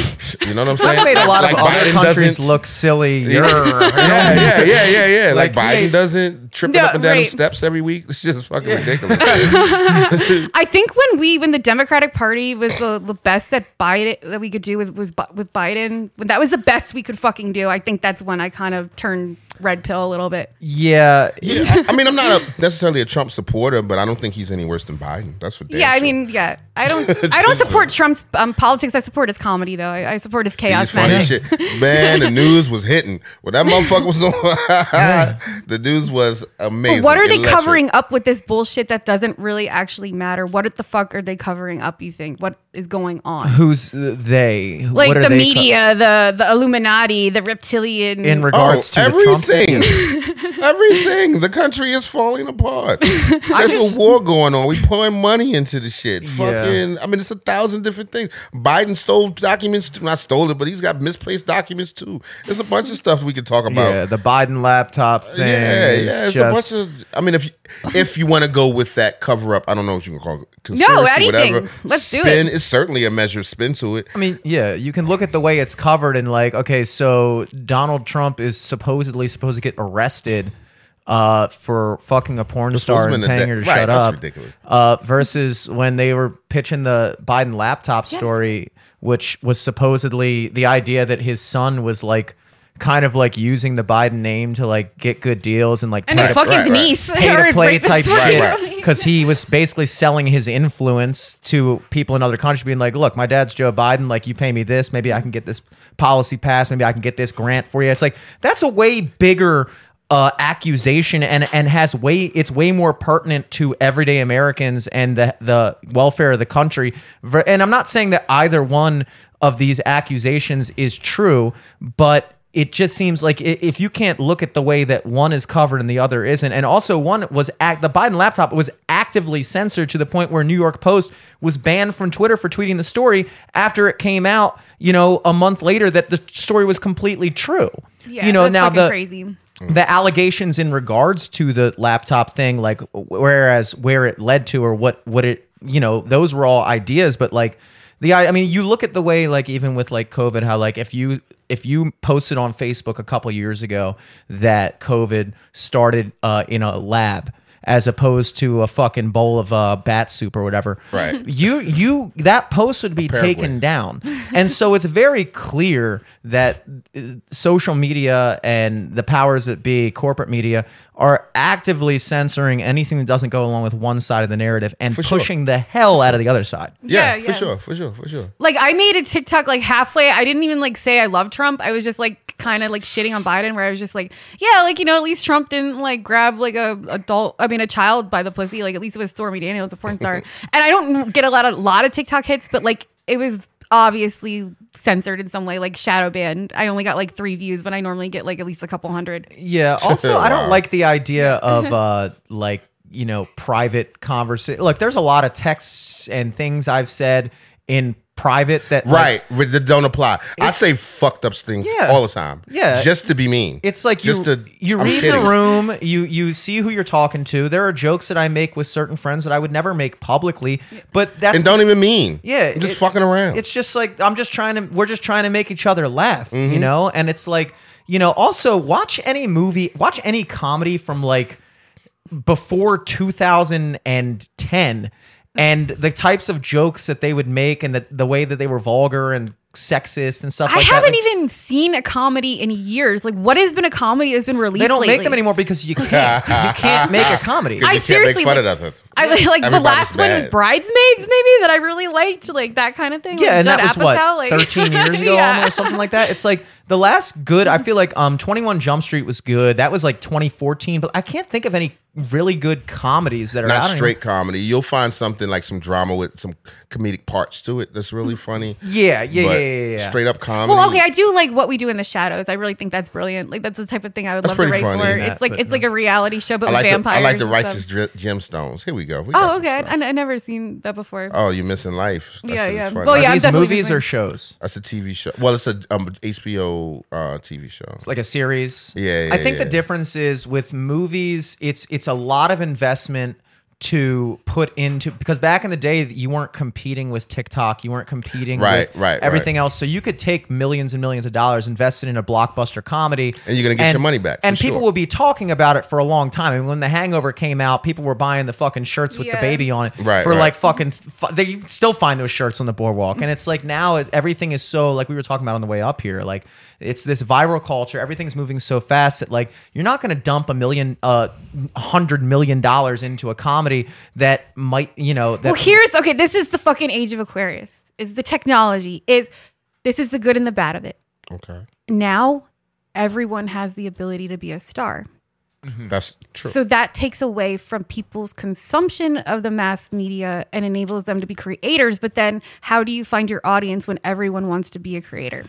[SPEAKER 4] you know what I'm saying?
[SPEAKER 3] Trump made a lot
[SPEAKER 4] Like,
[SPEAKER 3] of other
[SPEAKER 4] Biden
[SPEAKER 3] countries
[SPEAKER 4] doesn't-
[SPEAKER 3] look silly.
[SPEAKER 4] Yeah, yeah, yeah, yeah, yeah. Like,
[SPEAKER 3] Like,
[SPEAKER 4] Biden
[SPEAKER 3] yeah.
[SPEAKER 4] doesn't tripping
[SPEAKER 2] No,
[SPEAKER 4] up and down
[SPEAKER 2] right.
[SPEAKER 4] the steps every week. It's just fucking ridiculous.
[SPEAKER 2] I think when we, when the Democratic Party was the, the best that Biden that we could do with was Bi- with Biden, when that was the best we could fucking do. I think that's when I kind of turned red pill a little bit.
[SPEAKER 3] Yeah,
[SPEAKER 4] Yeah, I mean, I'm not a, necessarily a Trump supporter, but I don't think he's any worse than Biden. That's for damn
[SPEAKER 2] yeah, I
[SPEAKER 4] sure.
[SPEAKER 2] mean, yeah, I don't. I don't support Trump's um, politics. I support his comedy, though. I, I support his chaos
[SPEAKER 4] He's funny
[SPEAKER 2] magic.
[SPEAKER 4] as shit. Man, the news was hitting. When that motherfucker was on, the news was amazing.
[SPEAKER 2] But what are they
[SPEAKER 4] Electric.
[SPEAKER 2] covering up with this bullshit that doesn't really actually matter? What the fuck are they covering up? You think what is going on?
[SPEAKER 3] Who's uh, they?
[SPEAKER 2] Like
[SPEAKER 3] What are
[SPEAKER 2] the
[SPEAKER 3] they co-
[SPEAKER 2] media, the the Illuminati, the reptilian.
[SPEAKER 3] in
[SPEAKER 4] Oh,
[SPEAKER 3] regards to the Trump
[SPEAKER 4] everything. everything. The country is falling apart. There's a war going on. We pouring money into the shit. Fucking, I mean, it's a thousand different things. Biden stole documents. Not stole it, but he's got misplaced documents too. There's a bunch of stuff we could talk about.
[SPEAKER 3] Yeah, the Biden laptop thing.
[SPEAKER 4] Yeah,
[SPEAKER 3] is
[SPEAKER 4] yeah. It's
[SPEAKER 3] just-
[SPEAKER 4] a bunch of. I mean, if you, if you want to go with that cover up, I don't know what you can call it. Conspiracy,
[SPEAKER 2] No, anything.
[SPEAKER 4] Whatever.
[SPEAKER 2] Let's do
[SPEAKER 4] spin
[SPEAKER 2] it.
[SPEAKER 4] is certainly a measure of spin to it.
[SPEAKER 3] I mean, yeah, you can look at the way it's covered and like, okay, so Donald Trump is supposedly supposed to get arrested uh, for fucking a porn star
[SPEAKER 4] supposed to
[SPEAKER 3] and
[SPEAKER 4] be in the
[SPEAKER 3] paying
[SPEAKER 4] de-
[SPEAKER 3] her to
[SPEAKER 4] right,
[SPEAKER 3] shut
[SPEAKER 4] that's
[SPEAKER 3] up.
[SPEAKER 4] ridiculous.
[SPEAKER 3] Uh, versus when they were pitching the Biden laptop story, which was supposedly the idea that his son was like kind of like using the Biden name to like get good deals and like
[SPEAKER 2] and
[SPEAKER 3] pay
[SPEAKER 2] to
[SPEAKER 3] to-
[SPEAKER 2] fuck
[SPEAKER 4] right,
[SPEAKER 2] his
[SPEAKER 4] right.
[SPEAKER 2] niece
[SPEAKER 3] pay
[SPEAKER 2] or
[SPEAKER 3] to play
[SPEAKER 2] rape his
[SPEAKER 3] type
[SPEAKER 2] wife.
[SPEAKER 3] shit because he was basically selling his influence to people in other countries, being like, "Look, my dad's Joe Biden. Like, you pay me this, maybe I can get this policy passed. Maybe I can get this grant for you." It's like that's a way bigger. Uh, accusation and and has way it's way more pertinent to everyday Americans and the the welfare of the country. Ver- And I'm not saying that either one of these accusations is true, but it just seems like i- if you can't look at the way that one is covered and the other isn't, and also one was act the Biden laptop was actively censored to the point where New York Post was banned from Twitter for tweeting the story after it came out, you know, a month later that the story was completely true.
[SPEAKER 2] Yeah,
[SPEAKER 3] you know,
[SPEAKER 2] that's
[SPEAKER 3] now
[SPEAKER 2] fucking
[SPEAKER 3] the
[SPEAKER 2] crazy.
[SPEAKER 3] Mm. the allegations in regards to the laptop thing, like whereas where it led to or what what it you know those were all ideas, but like the I I mean you look at the way like even with like COVID, how like if you if you posted on Facebook a couple years ago that COVID started uh, in a lab as opposed to a fucking bowl of uh, bat soup or whatever,
[SPEAKER 4] Right.
[SPEAKER 3] You you that post would be
[SPEAKER 4] Apparently.
[SPEAKER 3] taken down down. And so it's very clear that uh, social media and the powers that be, corporate media, are actively censoring anything that doesn't go along with one side of the narrative and
[SPEAKER 4] sure.
[SPEAKER 3] pushing the hell out of the other side.
[SPEAKER 4] Yeah,
[SPEAKER 2] Yeah,
[SPEAKER 4] for
[SPEAKER 2] yeah.
[SPEAKER 4] sure, for sure, for sure.
[SPEAKER 2] Like I made a TikTok like halfway. I didn't even like say I love Trump. I was just like kind of like shitting on Biden, where I was just like, yeah, like you know, at least Trump didn't like grab like a adult, I mean, a child by the pussy. Like at least it was Stormy Daniels, a porn star. and I don't get a lot of lot of TikTok hits, but like it was obviously censored in some way, like shadow banned. I only got like three views, but I normally get like at least a couple hundred.
[SPEAKER 3] Yeah. Also, I
[SPEAKER 4] Wow.
[SPEAKER 3] don't like the idea of uh like, you know, private conversation. Look, there's a lot of texts and things I've said in private that like,
[SPEAKER 4] Right, with the- don't apply. I say fucked up things
[SPEAKER 3] Yeah.
[SPEAKER 4] all the time.
[SPEAKER 3] Yeah.
[SPEAKER 4] just to be mean.
[SPEAKER 3] It's like
[SPEAKER 4] just
[SPEAKER 3] you,
[SPEAKER 4] to,
[SPEAKER 3] you
[SPEAKER 4] I'm
[SPEAKER 3] read
[SPEAKER 4] kidding.
[SPEAKER 3] the room, you you see who you're talking to. There are jokes that I make with certain friends that I would never make publicly, but that's
[SPEAKER 4] and don't even mean.
[SPEAKER 3] yeah,
[SPEAKER 4] I'm just
[SPEAKER 3] it-
[SPEAKER 4] fucking around.
[SPEAKER 3] It's just like I'm just trying to we're just trying to make each other laugh,
[SPEAKER 4] Mm-hmm.
[SPEAKER 3] you know? And it's like, you know, also watch any movie, watch any comedy from like before 2010 and the types of jokes that they would make and the, the way that they were vulgar and sexist and stuff
[SPEAKER 2] I
[SPEAKER 3] like that.
[SPEAKER 2] haven't
[SPEAKER 3] Like,
[SPEAKER 2] even seen a comedy in years. Like what has been a comedy that's been released?
[SPEAKER 3] they don't
[SPEAKER 2] lately?
[SPEAKER 3] make them anymore because you can't. you can't make a comedy.
[SPEAKER 4] you
[SPEAKER 2] I
[SPEAKER 4] can't make
[SPEAKER 2] seriously,
[SPEAKER 4] fun of
[SPEAKER 2] like-
[SPEAKER 4] nothing.
[SPEAKER 2] I like the
[SPEAKER 4] Everybody's
[SPEAKER 2] last one was
[SPEAKER 4] bad.
[SPEAKER 2] Bridesmaids, maybe that I really liked, like that kind of thing.
[SPEAKER 3] Yeah,
[SPEAKER 2] like
[SPEAKER 3] and
[SPEAKER 2] Judd
[SPEAKER 3] that was
[SPEAKER 2] Apatow, like-
[SPEAKER 3] what thirteen years ago,
[SPEAKER 2] Yeah.
[SPEAKER 3] almost something like that. It's like the last good. I feel like um, Twenty One Jump Street was good. That was like twenty fourteen, but I can't think of any really good comedies that are
[SPEAKER 4] Not
[SPEAKER 3] out anymore.
[SPEAKER 4] straight comedy. You'll find something like some drama with some comedic parts to it that's really funny.
[SPEAKER 3] Yeah, yeah, yeah,
[SPEAKER 4] But
[SPEAKER 3] yeah, yeah, yeah.
[SPEAKER 4] Straight up comedy.
[SPEAKER 2] Well, okay, I do like what we do in the shadows. I really think that's brilliant. Like that's the type of thing I would
[SPEAKER 4] That's
[SPEAKER 2] love to
[SPEAKER 4] pretty
[SPEAKER 2] write
[SPEAKER 4] funny.
[SPEAKER 2] for.
[SPEAKER 4] Seen
[SPEAKER 3] that,
[SPEAKER 2] It's like
[SPEAKER 3] but
[SPEAKER 2] it's like a reality show, but
[SPEAKER 4] I
[SPEAKER 2] with
[SPEAKER 4] like the, I
[SPEAKER 2] vampires.
[SPEAKER 4] like the
[SPEAKER 2] and
[SPEAKER 4] righteous
[SPEAKER 2] stuff.
[SPEAKER 4] dr- gemstones. Here we go. We got
[SPEAKER 2] Oh,
[SPEAKER 4] some
[SPEAKER 2] okay.
[SPEAKER 4] stuff.
[SPEAKER 2] I, I never seen that before.
[SPEAKER 4] oh, you're missing life. That
[SPEAKER 2] Yeah,
[SPEAKER 4] shit is
[SPEAKER 2] yeah.
[SPEAKER 4] funny.
[SPEAKER 2] Well, yeah.
[SPEAKER 3] These
[SPEAKER 2] definitely
[SPEAKER 3] movies
[SPEAKER 2] different.
[SPEAKER 3] or shows,
[SPEAKER 4] That's a TV show. Well, it's a um, HBO uh, TV show.
[SPEAKER 3] It's like a series.
[SPEAKER 4] Yeah, yeah,
[SPEAKER 3] I think
[SPEAKER 4] yeah.
[SPEAKER 3] the difference is with movies, it's it's a lot of investment to put into because back in the day you weren't competing with TikTok, you weren't competing
[SPEAKER 4] Right,
[SPEAKER 3] with
[SPEAKER 4] right, right.
[SPEAKER 3] everything else. So you could take millions and millions of dollars invested in a blockbuster comedy
[SPEAKER 4] And you're gonna get your money back,
[SPEAKER 3] And
[SPEAKER 4] for
[SPEAKER 3] people
[SPEAKER 4] sure.
[SPEAKER 3] will be talking about it for a long time. And when The Hangover came out, people were buying the fucking shirts with
[SPEAKER 2] Yeah.
[SPEAKER 3] the baby on it
[SPEAKER 4] Right,
[SPEAKER 3] for
[SPEAKER 4] right.
[SPEAKER 3] like fucking f- they you still find those shirts on the boardwalk and it's like now it, everything is so like we were talking about on the way up here like it's this viral culture everything's moving so fast that like you're not going to dump a million uh hundred million dollars into a comedy that might, you know, that
[SPEAKER 2] Well, here's okay. This is the fucking age of Aquarius. Is the technology is this is the good and the bad of it.
[SPEAKER 4] Okay,
[SPEAKER 2] Now everyone has the ability to be a star. Hmm.
[SPEAKER 4] that's true.
[SPEAKER 2] So that takes away from people's consumption of the mass media and enables them to be creators. But then, how do you find your audience when everyone wants to be a creator?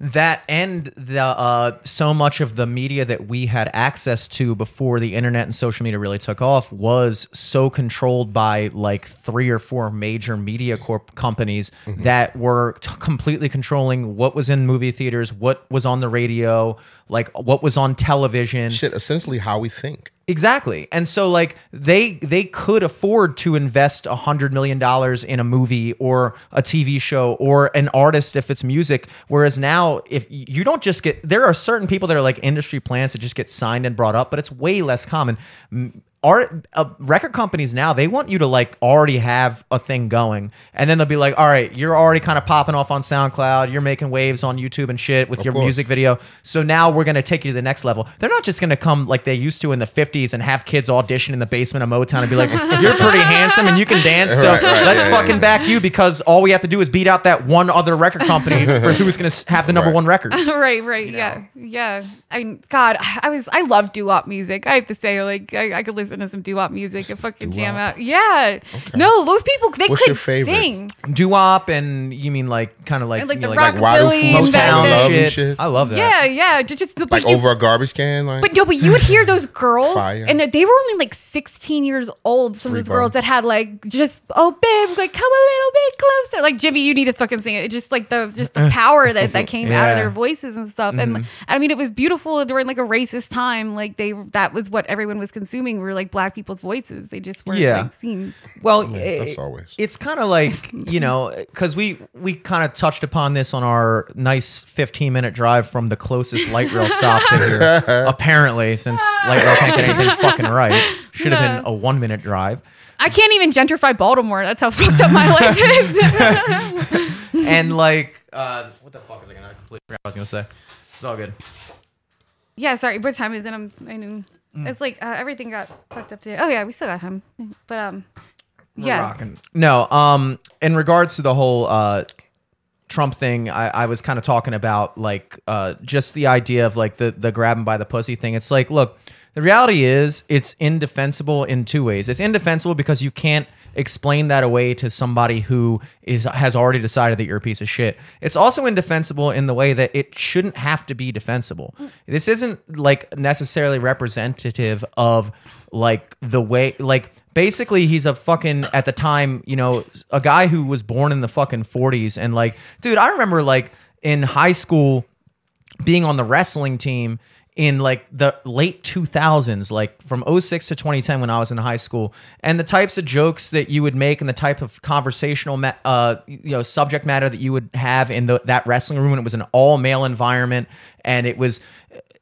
[SPEAKER 3] that and the uh, so much of the media that we had access to before the internet and social media really took off was so controlled by like three or four major media corp companies that were t- completely controlling what was in movie theaters, what was on the radio, like what was on television.
[SPEAKER 4] Shit, essentially how we think.
[SPEAKER 3] Exactly. And so like they they could afford to invest a hundred million dollars in a movie or a TV show or an artist if it's music. Whereas now if you don't just get there are certain people that are like industry plants that just get signed and brought up, but it's way less common. M- Art uh, record companies now they want you to like already have a thing going, and then they'll be like, "All right, you're already kind of popping off on SoundCloud, you're making waves on YouTube and shit with your
[SPEAKER 4] course.
[SPEAKER 3] music." music video. So now we're going to take you to the next level. They're not just going to come like they used to in the 50s and have kids audition in the basement of Motown and be like, you're pretty handsome and you can dance. So
[SPEAKER 4] Right, right,
[SPEAKER 3] let's
[SPEAKER 4] yeah, yeah,
[SPEAKER 3] fucking back you because all we have to do is beat out that one other record company for who's going to have the number
[SPEAKER 4] Right.
[SPEAKER 3] one record.
[SPEAKER 2] right, right, yeah, yeah. I mean, God, I was I love doo wop music. I have to say, like, I, I could listen to some doo wop music and fucking jam
[SPEAKER 4] Doo-wop.
[SPEAKER 2] out. Yeah, no, those people they
[SPEAKER 4] What's
[SPEAKER 2] could
[SPEAKER 4] your favorite?
[SPEAKER 2] sing.
[SPEAKER 3] Doo wop and you mean like kind of like,
[SPEAKER 2] And, like,
[SPEAKER 3] you know,
[SPEAKER 2] the
[SPEAKER 3] like
[SPEAKER 2] rockabilly
[SPEAKER 4] why do fools
[SPEAKER 2] and back
[SPEAKER 4] fall in
[SPEAKER 2] then.
[SPEAKER 4] love and
[SPEAKER 3] Motown shit.
[SPEAKER 4] shit?
[SPEAKER 3] I love that.
[SPEAKER 2] Yeah, yeah, ju- just the
[SPEAKER 4] Like
[SPEAKER 2] but you-
[SPEAKER 4] over a garbage can, like
[SPEAKER 2] But no, but you would hear those girls,
[SPEAKER 4] Fire.
[SPEAKER 2] and that they were only like 16 years old. Some of
[SPEAKER 4] Three
[SPEAKER 2] these girls
[SPEAKER 4] bones.
[SPEAKER 2] that had like just oh babe, like come a little bit closer. Like Jimmy, you need to fucking sing it. It's just like the just the power that that came out
[SPEAKER 3] Yeah. Mm-hmm.
[SPEAKER 2] of their voices and stuff. And I mean, it was beautiful during like a racist time. Like they that was what everyone was consuming. Were like black people's voices. They just weren't
[SPEAKER 3] Yeah.
[SPEAKER 2] like seen.
[SPEAKER 3] Well,
[SPEAKER 4] that's
[SPEAKER 3] it-
[SPEAKER 4] always.
[SPEAKER 3] It's kind of like you know, because we we kind of touched upon this on our nice 15 minute drive from the closest light rail stop to here. apparently, since light rail can't get anything fucking right, should have been
[SPEAKER 2] No.
[SPEAKER 3] a one minute drive.
[SPEAKER 2] I can't even gentrify Baltimore. That's how fucked up my life is.
[SPEAKER 3] And like, uh, what the fuck is I gonna I completely forgot what I was gonna say? It's all good.
[SPEAKER 2] Yeah, sorry. What time is it? I'm. I knew. It's like uh, everything got fucked up today. Oh yeah, we still got him. But um, yeah.
[SPEAKER 3] rocking. No, um, in regards to the whole uh, Trump thing, I, I was kind of talking about like uh, just the idea of like the the grabbing by the pussy thing. It's like, look, the reality is it's indefensible in two ways. It's indefensible because you can't explain that away to somebody who is has already decided that you're a piece of shit. It's also indefensible in the way that it shouldn't have to be defensible. This isn't like necessarily representative of like the way like basically he's a fucking at the time you know a guy who was born in the fucking 40s and like dude i remember like in high school being on the wrestling team in like the late 2000s like from 06 to 2010 when i was in high school and the types of jokes that you would make and the type of conversational ma- uh, you know subject matter that you would have in the, that wrestling room when it was an all male environment and it was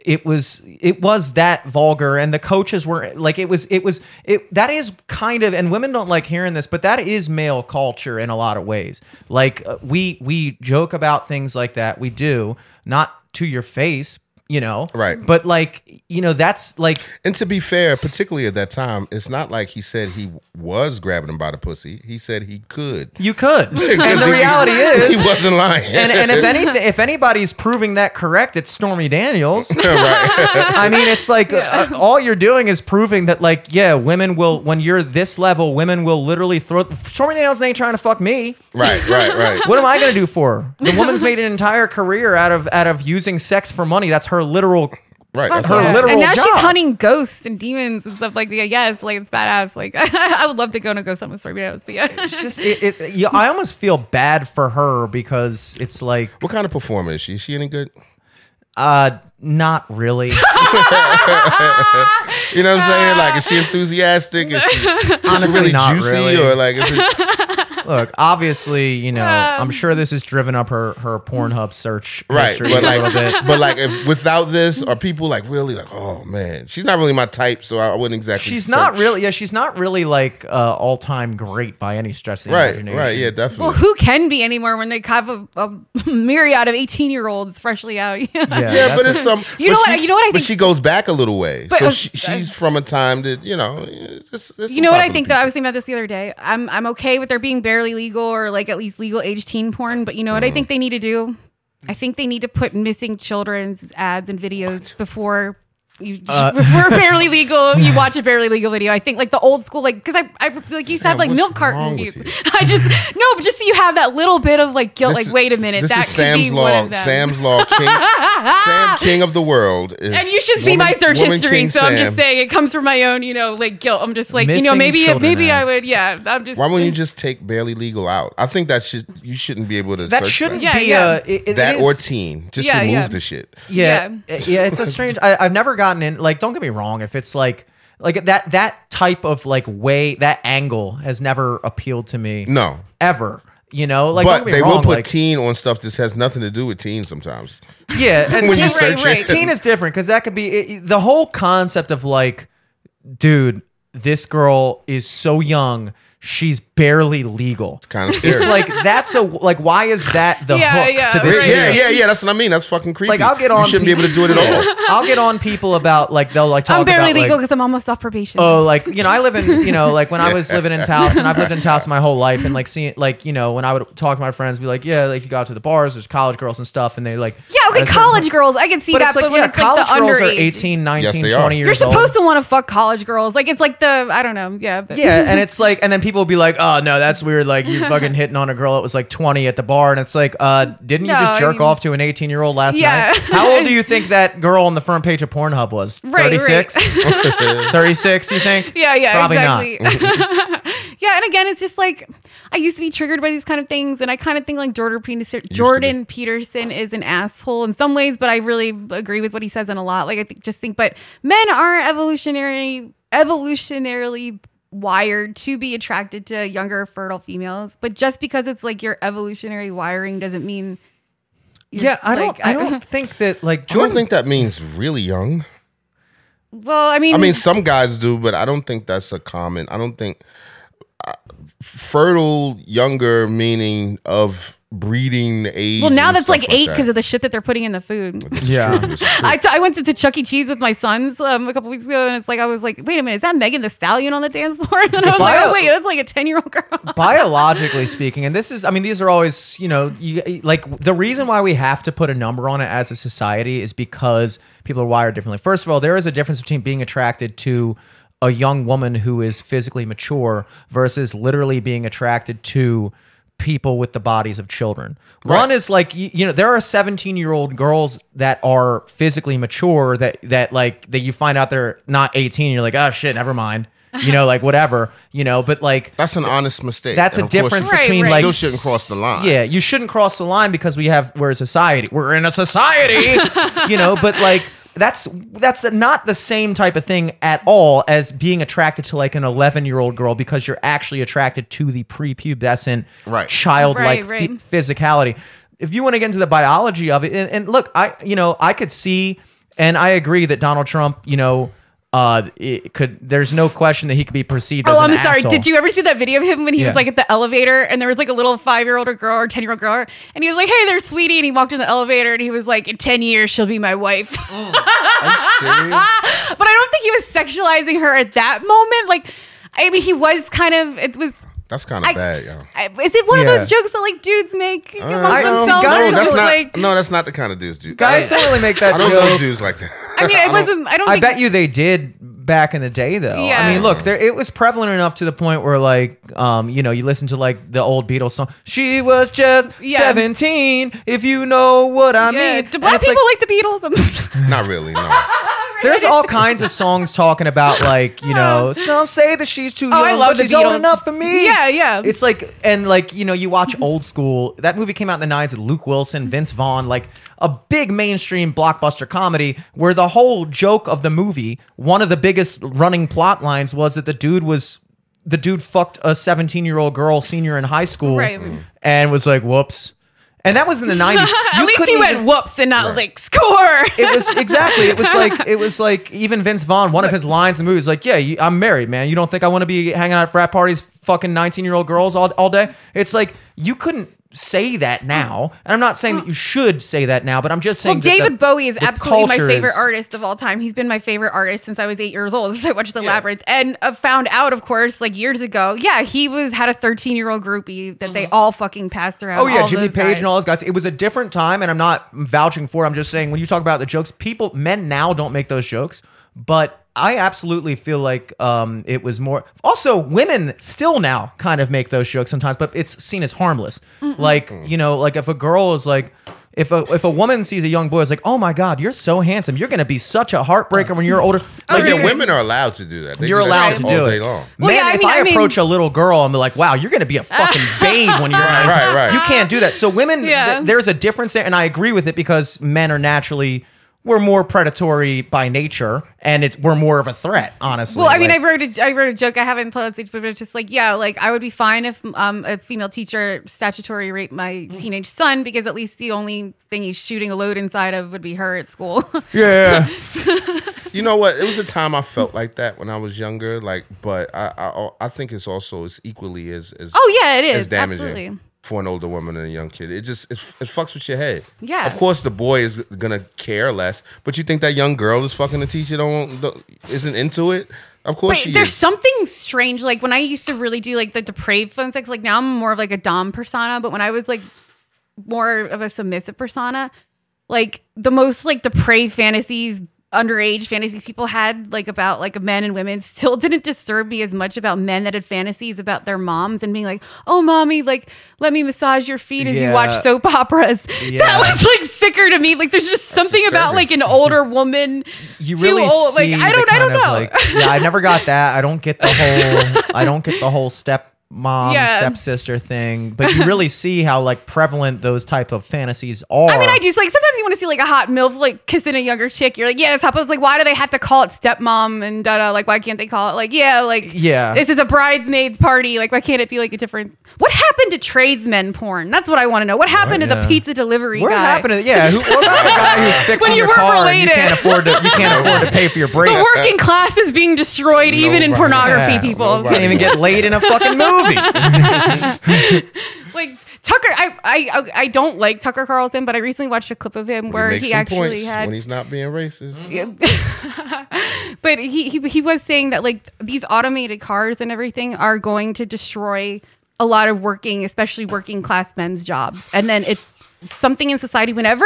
[SPEAKER 3] it was it was that vulgar and the coaches were like it was it was it that is kind of and women don't like hearing this but that is male culture in a lot of ways like uh, we we joke about things like that we do not to your face you know
[SPEAKER 4] Right.
[SPEAKER 3] but like you know that's like
[SPEAKER 4] And to be fair, particularly at that time, it's not like he said he was grabbing him by the pussy. He said he could.
[SPEAKER 3] you could and
[SPEAKER 4] Because
[SPEAKER 3] the
[SPEAKER 4] he-
[SPEAKER 3] reality is
[SPEAKER 4] he wasn't lying.
[SPEAKER 3] and, and if anything, if anybody's proving that correct, it's Stormy Daniels. I mean, it's like uh, all you're doing is proving that, like, yeah, women will when you're this level, women will literally throw. Stormy Daniels ain't trying to fuck me.
[SPEAKER 4] right, right, right.
[SPEAKER 3] What am I gonna do for her? The woman's made an entire career out of out of using sex for money. That's her literal.
[SPEAKER 4] right. that's
[SPEAKER 3] Her
[SPEAKER 4] all.
[SPEAKER 3] literal
[SPEAKER 2] and now
[SPEAKER 3] job.
[SPEAKER 2] she's hunting ghosts and demons and stuff like that. Yes, like it's badass. Like I would love to go on a ghost hunt with Stormy Daniels, but yeah.
[SPEAKER 3] It's just it, it, yeah, I almost feel bad for her because it's like
[SPEAKER 4] what kind of performer is she? Is she any good?
[SPEAKER 3] uh not really.
[SPEAKER 4] You know what I'm saying? Like, is she enthusiastic? Is she, is she
[SPEAKER 3] Honestly,
[SPEAKER 4] really
[SPEAKER 3] not
[SPEAKER 4] juicy?
[SPEAKER 3] really.
[SPEAKER 4] Or like, is it,
[SPEAKER 3] Look, obviously, you know, I'm
[SPEAKER 2] Um.
[SPEAKER 3] sure this has driven up her her Pornhub search
[SPEAKER 4] Right,
[SPEAKER 3] history
[SPEAKER 4] but
[SPEAKER 3] a
[SPEAKER 4] like,
[SPEAKER 3] little bit.
[SPEAKER 4] but like, if without this, are people like really like, oh man, she's not really my type, so I wouldn't exactly.
[SPEAKER 3] She's not
[SPEAKER 4] search.
[SPEAKER 3] really, yeah, she's not really like uh, all time great by any stretch of the
[SPEAKER 4] right,
[SPEAKER 3] imagination.
[SPEAKER 4] right, yeah, definitely.
[SPEAKER 2] Well, who can be anymore when they have a, a myriad of 18 year olds freshly out?
[SPEAKER 3] Yeah,
[SPEAKER 4] yeah,
[SPEAKER 3] that's
[SPEAKER 4] but
[SPEAKER 3] a-
[SPEAKER 4] it's some.
[SPEAKER 2] You
[SPEAKER 4] but
[SPEAKER 2] know what- you know what I
[SPEAKER 4] But
[SPEAKER 2] think-
[SPEAKER 4] she goes back a little way,
[SPEAKER 2] But-
[SPEAKER 4] so she, she's from a time that you know. It's, it's
[SPEAKER 2] You know what I
[SPEAKER 4] popular
[SPEAKER 2] think though? I was thinking about this the other day. I'm I'm okay with there being barely legal or like at least legal age teen porn, but you know what I
[SPEAKER 4] Mm.
[SPEAKER 2] think they need to do? I think they need to put missing children's ads and videos before you
[SPEAKER 4] Uh,
[SPEAKER 2] before barely legal. You watch a barely legal video. I think like the old school like because I I feel like you used to
[SPEAKER 4] Sam,
[SPEAKER 2] have like
[SPEAKER 4] what's
[SPEAKER 2] milk carton
[SPEAKER 4] wrong with
[SPEAKER 2] views. I just no, but just so you have that little bit of like guilt.
[SPEAKER 4] This
[SPEAKER 2] like
[SPEAKER 4] is-
[SPEAKER 2] wait a minute,
[SPEAKER 4] This
[SPEAKER 2] that
[SPEAKER 4] is
[SPEAKER 2] could
[SPEAKER 4] Sam's
[SPEAKER 2] be
[SPEAKER 4] Law.
[SPEAKER 2] one of them.
[SPEAKER 4] Sam's Law King. Sam King of the world. Is
[SPEAKER 2] and you should see
[SPEAKER 4] woman-
[SPEAKER 2] my search
[SPEAKER 4] woman
[SPEAKER 2] history.
[SPEAKER 4] King
[SPEAKER 2] So I'm
[SPEAKER 4] Sam.
[SPEAKER 2] just saying it comes from my own, you know, like guilt. I'm just like, you know,
[SPEAKER 3] Missing
[SPEAKER 2] maybe
[SPEAKER 3] children
[SPEAKER 2] maybe
[SPEAKER 3] ads.
[SPEAKER 2] I would, yeah. I'm just
[SPEAKER 4] Why wouldn't you just take barely legal out? I think that should you shouldn't be able to.
[SPEAKER 3] that
[SPEAKER 4] search
[SPEAKER 3] shouldn't
[SPEAKER 2] Yeah,
[SPEAKER 3] be
[SPEAKER 2] yeah.
[SPEAKER 3] a it- it
[SPEAKER 4] that
[SPEAKER 3] is-
[SPEAKER 4] or teen. Just
[SPEAKER 2] Yeah,
[SPEAKER 4] remove
[SPEAKER 2] yeah.
[SPEAKER 4] the shit.
[SPEAKER 3] Yeah, yeah, It's a strange. I, I've never gotten in. Like, don't get me wrong. If it's like like that that type of like way that angle has never appealed to me.
[SPEAKER 4] No.
[SPEAKER 3] ever. You know, like don't
[SPEAKER 4] but
[SPEAKER 3] get me
[SPEAKER 4] they
[SPEAKER 3] wrong,
[SPEAKER 4] will put
[SPEAKER 3] like,
[SPEAKER 4] teen on stuff that has nothing to do with teen sometimes.
[SPEAKER 3] Yeah, and
[SPEAKER 4] when
[SPEAKER 3] teen,
[SPEAKER 4] you search
[SPEAKER 2] right, right.
[SPEAKER 4] it.
[SPEAKER 3] teen is different because that could be it, it- the whole concept of like, dude, this girl is so young, she's barely legal.
[SPEAKER 4] Kind of scary.
[SPEAKER 3] It's like that's a like why is that the
[SPEAKER 2] Yeah,
[SPEAKER 3] hook
[SPEAKER 2] yeah,
[SPEAKER 3] to this?
[SPEAKER 4] yeah,
[SPEAKER 2] right.
[SPEAKER 4] yeah,
[SPEAKER 3] video?
[SPEAKER 4] yeah, yeah. That's what I mean. That's fucking creepy.
[SPEAKER 3] Like I'll get on.
[SPEAKER 4] You shouldn't be able to do it at all.
[SPEAKER 3] I'll get on people about like they'll like talk
[SPEAKER 2] I'm barely
[SPEAKER 3] about, like,
[SPEAKER 2] legal because I'm almost off probation.
[SPEAKER 3] Oh, like you know, I live in you know, like when I was living in Taos, and I've lived in Taos my whole life, and like seeing like you know, when I would talk to my friends, be like, yeah, like if you go out to the bars, there's college girls and stuff, and they like
[SPEAKER 2] yeah, okay,
[SPEAKER 3] at a certain
[SPEAKER 2] college
[SPEAKER 3] point-
[SPEAKER 2] girls, I can see
[SPEAKER 3] But
[SPEAKER 2] that.
[SPEAKER 3] it's like
[SPEAKER 2] but when
[SPEAKER 3] yeah,
[SPEAKER 2] it's like
[SPEAKER 3] college
[SPEAKER 2] the
[SPEAKER 3] girls
[SPEAKER 2] underage,
[SPEAKER 3] are 18, 19,
[SPEAKER 4] Yes, they
[SPEAKER 3] 20
[SPEAKER 4] are.
[SPEAKER 3] years
[SPEAKER 2] You're supposed
[SPEAKER 3] old.
[SPEAKER 2] to want to fuck college girls. Like it's like the I don't know. Yeah, but
[SPEAKER 3] Yeah, and it's like, and then people will be like, "Oh no, that's weird. Like you fucking hitting on a girl that was like 20 at the bar," and it's like, "Uh, didn't you
[SPEAKER 2] No,
[SPEAKER 3] just
[SPEAKER 2] I
[SPEAKER 3] jerk
[SPEAKER 2] mean-
[SPEAKER 3] off to an 18 year old last
[SPEAKER 2] Yeah.
[SPEAKER 3] night? How old do you think that girl on the front page of Pornhub was?
[SPEAKER 2] Right, right.
[SPEAKER 3] 36, 36. You think?
[SPEAKER 2] Yeah, yeah,
[SPEAKER 3] Probably not.
[SPEAKER 2] exactly. yeah, and again, it's just like I used to be triggered by these kind of things, and I kind of think like Jordan Peterson, Jordan Peterson is an asshole in some ways, but I really agree with what he says in a lot. Like I think, just think, but men are evolutionary, evolutionarily wired to be attracted to younger, fertile females. But just because it's like your evolutionary wiring doesn't mean. you're
[SPEAKER 3] Yeah,
[SPEAKER 2] s-
[SPEAKER 3] I don't.
[SPEAKER 2] like,
[SPEAKER 3] I don't think that like
[SPEAKER 4] I don't
[SPEAKER 3] Jordan
[SPEAKER 4] think that means really young.
[SPEAKER 2] Well, I mean,
[SPEAKER 4] I mean, some guys do, but I don't think that's a common. I don't think uh, fertile younger meaning of breeding age.
[SPEAKER 2] well, now
[SPEAKER 4] and
[SPEAKER 2] that's
[SPEAKER 4] stuff
[SPEAKER 2] like eight because
[SPEAKER 4] that.
[SPEAKER 2] of the shit that they're putting in the food.
[SPEAKER 3] Yeah.
[SPEAKER 2] I, t- I went to, to Chuck E. Cheese with my sons um, a couple weeks ago, and it's like I was like, wait a minute, is that Megan the Stallion on the dance floor? And I was like,
[SPEAKER 3] Bio-
[SPEAKER 2] oh wait, that's like a ten year old girl.
[SPEAKER 3] biologically speaking and this is i mean these are always you know you, like the reason why we have to put a number on it as a society is because people are wired differently first of all there is a difference between being attracted to a young woman who is physically mature versus literally being attracted to people with the bodies of children one is like you, you know there are 17 year old girls that are physically mature that that like that you find out they're not 18 you're like oh shit never mind you know like whatever you know but like
[SPEAKER 4] That's an honest mistake.
[SPEAKER 3] that's
[SPEAKER 4] And
[SPEAKER 3] a
[SPEAKER 4] of course,
[SPEAKER 3] difference
[SPEAKER 2] Right,
[SPEAKER 3] between
[SPEAKER 2] right.
[SPEAKER 3] like
[SPEAKER 4] Still shouldn't cross the line.
[SPEAKER 3] Yeah, you shouldn't cross the line because we have we're a society. We're in a society, you know. But like that's that's not the same type of thing at all as being attracted to like an eleven year old girl because you're actually attracted to the prepubescent
[SPEAKER 4] Right.
[SPEAKER 3] childlike
[SPEAKER 2] Right, right.
[SPEAKER 3] phy- physicality. If you want to get into the biology of it, and, and look, I you know I could see and I agree that Donald Trump, you know. Uh, it could. There's no question that he could be perceived. as
[SPEAKER 2] Oh,
[SPEAKER 3] an
[SPEAKER 2] I'm sorry.
[SPEAKER 3] asshole.
[SPEAKER 2] Did you ever see that video of him when he
[SPEAKER 3] Yeah.
[SPEAKER 2] was like at the elevator and there was like a little five year old or girl or ten year old girl and he was like, "Hey there, sweetie," and he walked in the elevator and he was like, "In ten years, she'll be my wife."
[SPEAKER 4] Are you serious?
[SPEAKER 2] but I don't think he was sexualizing her at that moment. Like, I mean, he was kind of. It was.
[SPEAKER 4] That's kind
[SPEAKER 2] I-
[SPEAKER 4] of bad, yo.
[SPEAKER 2] I- Is it one
[SPEAKER 3] Yeah. Uh,
[SPEAKER 2] of those jokes that like dudes make amongst
[SPEAKER 3] I don't see
[SPEAKER 2] themselves?
[SPEAKER 3] guys
[SPEAKER 4] no,
[SPEAKER 2] It
[SPEAKER 3] who,
[SPEAKER 4] that's
[SPEAKER 2] was
[SPEAKER 4] not.
[SPEAKER 2] like-
[SPEAKER 4] no, that's not the kind of dudes. Dude.
[SPEAKER 3] guys
[SPEAKER 4] I,
[SPEAKER 3] don't really make that
[SPEAKER 4] I don't
[SPEAKER 3] joke?
[SPEAKER 4] know dudes like that.
[SPEAKER 2] I mean, it
[SPEAKER 4] don't-
[SPEAKER 2] wasn't. I don't.
[SPEAKER 3] I
[SPEAKER 2] think
[SPEAKER 3] bet you they did back in the day, though.
[SPEAKER 2] Yeah.
[SPEAKER 3] I mean, look, there it was prevalent enough to the point where, like, um, you know, you listen to like the old Beatles song. She was just
[SPEAKER 2] Yeah.
[SPEAKER 3] seventeen. If you know what I
[SPEAKER 2] Yeah.
[SPEAKER 3] mean.
[SPEAKER 2] Do
[SPEAKER 3] And
[SPEAKER 2] black
[SPEAKER 3] it's
[SPEAKER 2] people like, the Beatles? I'm-
[SPEAKER 4] Not really. No.
[SPEAKER 3] There's all kinds of songs talking about like you know some say that she's too young,
[SPEAKER 2] Oh, I love
[SPEAKER 3] but
[SPEAKER 2] the
[SPEAKER 3] she's old
[SPEAKER 2] Beatles.
[SPEAKER 3] enough for me.
[SPEAKER 2] Yeah, yeah.
[SPEAKER 3] It's like and like you know you watch old school. That movie came out in the '90s with Luke Wilson, Vince Vaughn, like a big mainstream blockbuster comedy where the whole joke of the movie, one of the biggest running plot lines was that the dude was the dude fucked a 17 year old girl senior in high school
[SPEAKER 2] Right.
[SPEAKER 3] and was like, whoops. And that was in the 90s.
[SPEAKER 2] At least he
[SPEAKER 3] couldn't
[SPEAKER 2] went
[SPEAKER 3] even-
[SPEAKER 2] whoops and not like score.
[SPEAKER 3] it was exactly. It was like it was like even Vince Vaughn. One of his lines in the movie is like, "Yeah, you, I'm married, man. You don't think I want to be hanging out at frat parties, fucking 19 year old girls all all day?" It's like you couldn't say that now, and I'm not saying that you should say that now, but I'm just saying.
[SPEAKER 2] Well,
[SPEAKER 3] that the-
[SPEAKER 2] David Bowie is
[SPEAKER 3] the
[SPEAKER 2] absolutely my
[SPEAKER 3] culture
[SPEAKER 2] favorite
[SPEAKER 3] is-
[SPEAKER 2] artist of all time. He's been my favorite artist since I was eight years old. Since I watched The Labyrinth, and uh, found out, of course, like years ago. Yeah, he was had a thirteen year old groupie that they all fucking passed around.
[SPEAKER 3] Mm-hmm. Oh yeah,
[SPEAKER 2] all
[SPEAKER 3] Jimmy
[SPEAKER 2] those
[SPEAKER 3] Page
[SPEAKER 2] guys.
[SPEAKER 3] and all those guys. It was a different time, and I'm not vouching for. it. I'm just saying when you talk about the jokes, people, men now don't make those jokes, but I absolutely feel like um, it was more. Also, women still now kind of make those jokes sometimes, but it's seen as harmless. Like you know, like if a girl is like. If a, if a woman sees a young boy, is like, oh my god, you're so handsome. You're gonna be such a heartbreaker when you're older. Like
[SPEAKER 4] But
[SPEAKER 2] Okay.
[SPEAKER 4] yeah, women are allowed to do that. They
[SPEAKER 3] you're
[SPEAKER 4] do that
[SPEAKER 3] allowed
[SPEAKER 4] shit
[SPEAKER 3] to do
[SPEAKER 4] all
[SPEAKER 3] it.
[SPEAKER 4] day long.
[SPEAKER 2] Well,
[SPEAKER 3] Man,
[SPEAKER 2] yeah, I
[SPEAKER 3] if
[SPEAKER 2] mean-
[SPEAKER 3] I,
[SPEAKER 2] I mean-
[SPEAKER 3] approach a little girl and be like, "Wow, you're gonna be a fucking babe when you're 19.
[SPEAKER 4] right, right.
[SPEAKER 3] You can't do that." So women,
[SPEAKER 2] Yeah.
[SPEAKER 3] th- there's a difference there, and I agree with it because men are naturally we're more predatory by nature, and it's we're more of a threat, honestly.
[SPEAKER 2] Well, I mean,
[SPEAKER 3] Like,
[SPEAKER 2] I wrote a, I wrote a joke. I haven't told it, but it's just like, yeah, like I would be fine if um, a female teacher statutory raped my
[SPEAKER 3] Mm.
[SPEAKER 2] teenage son because at least the only thing he's shooting a load inside of would be her at school.
[SPEAKER 3] yeah,
[SPEAKER 4] You know what? It was a time I felt like that when I was younger. Like, but I I, I think it's also it's equally as as
[SPEAKER 2] Oh, yeah, it
[SPEAKER 4] as
[SPEAKER 2] is.
[SPEAKER 4] damaging
[SPEAKER 2] Absolutely.
[SPEAKER 4] for an older woman and a young kid. It just it, it fucks with your head.
[SPEAKER 2] Yeah.
[SPEAKER 4] Of course, the boy is gonna care less, but you think that young girl is fucking the teacher don't, don't isn't into it. Of course
[SPEAKER 2] But
[SPEAKER 4] she
[SPEAKER 2] there's
[SPEAKER 4] is.
[SPEAKER 2] something strange. Like when I used to really do like the depraved phone sex, like now I'm more of like a dom persona. But when I was like more of a submissive persona, like the most like depraved fantasies, underage fantasies people had like about like men and women still didn't disturb me as much about men that had fantasies about their moms and being like, oh mommy, like let me massage your feet as you watch
[SPEAKER 3] Yeah.
[SPEAKER 2] soap operas.
[SPEAKER 3] Yeah.
[SPEAKER 2] That was like sicker to me. Like there's just something about
[SPEAKER 4] disturbing.
[SPEAKER 2] like an older woman.
[SPEAKER 3] you
[SPEAKER 2] too
[SPEAKER 3] really
[SPEAKER 2] old.
[SPEAKER 3] see
[SPEAKER 2] Like I
[SPEAKER 3] the
[SPEAKER 2] don't, I don't
[SPEAKER 3] kind of,
[SPEAKER 2] know.
[SPEAKER 3] Like, yeah, I never got that. I don't get the whole. I don't get the whole step mom
[SPEAKER 2] Yeah.
[SPEAKER 3] stepsister thing but you really see how like prevalent those type of fantasies are
[SPEAKER 2] I mean, I do. Like sometimes you want to see like a hot milf like kissing a younger chick. You're like, yeah, it's hot. But it's like, why do they have to call it stepmom and da da? Like, why can't they call it like, yeah, like,
[SPEAKER 3] Yeah.
[SPEAKER 2] this is a bridesmaid's party. Like, why can't it be like a different? What happened to tradesmen porn? That's what I want to know. What happened to
[SPEAKER 3] yeah.
[SPEAKER 2] the pizza delivery?
[SPEAKER 3] What
[SPEAKER 2] guy?
[SPEAKER 3] happened to yeah? Who, what about the guy who's fixing
[SPEAKER 2] you
[SPEAKER 3] your
[SPEAKER 2] weren't
[SPEAKER 3] car and you
[SPEAKER 2] related.
[SPEAKER 3] can't afford to you can't afford to pay for your brake?
[SPEAKER 2] The working class is being destroyed, even in
[SPEAKER 4] Nobody.
[SPEAKER 2] pornography.
[SPEAKER 3] Yeah.
[SPEAKER 2] people
[SPEAKER 4] Nobody.
[SPEAKER 3] Can't even get laid in a fucking movie.
[SPEAKER 2] like Tucker. I, I I don't like Tucker Carlson, but I recently watched a clip of him
[SPEAKER 4] He
[SPEAKER 2] where
[SPEAKER 4] makes
[SPEAKER 2] he
[SPEAKER 4] some
[SPEAKER 2] actually
[SPEAKER 4] points
[SPEAKER 2] had
[SPEAKER 4] when he's not being racist.
[SPEAKER 2] but he, he he was saying that like these automated cars and everything are going to destroy a lot of working, especially working class men's jobs. And then it's something in society whenever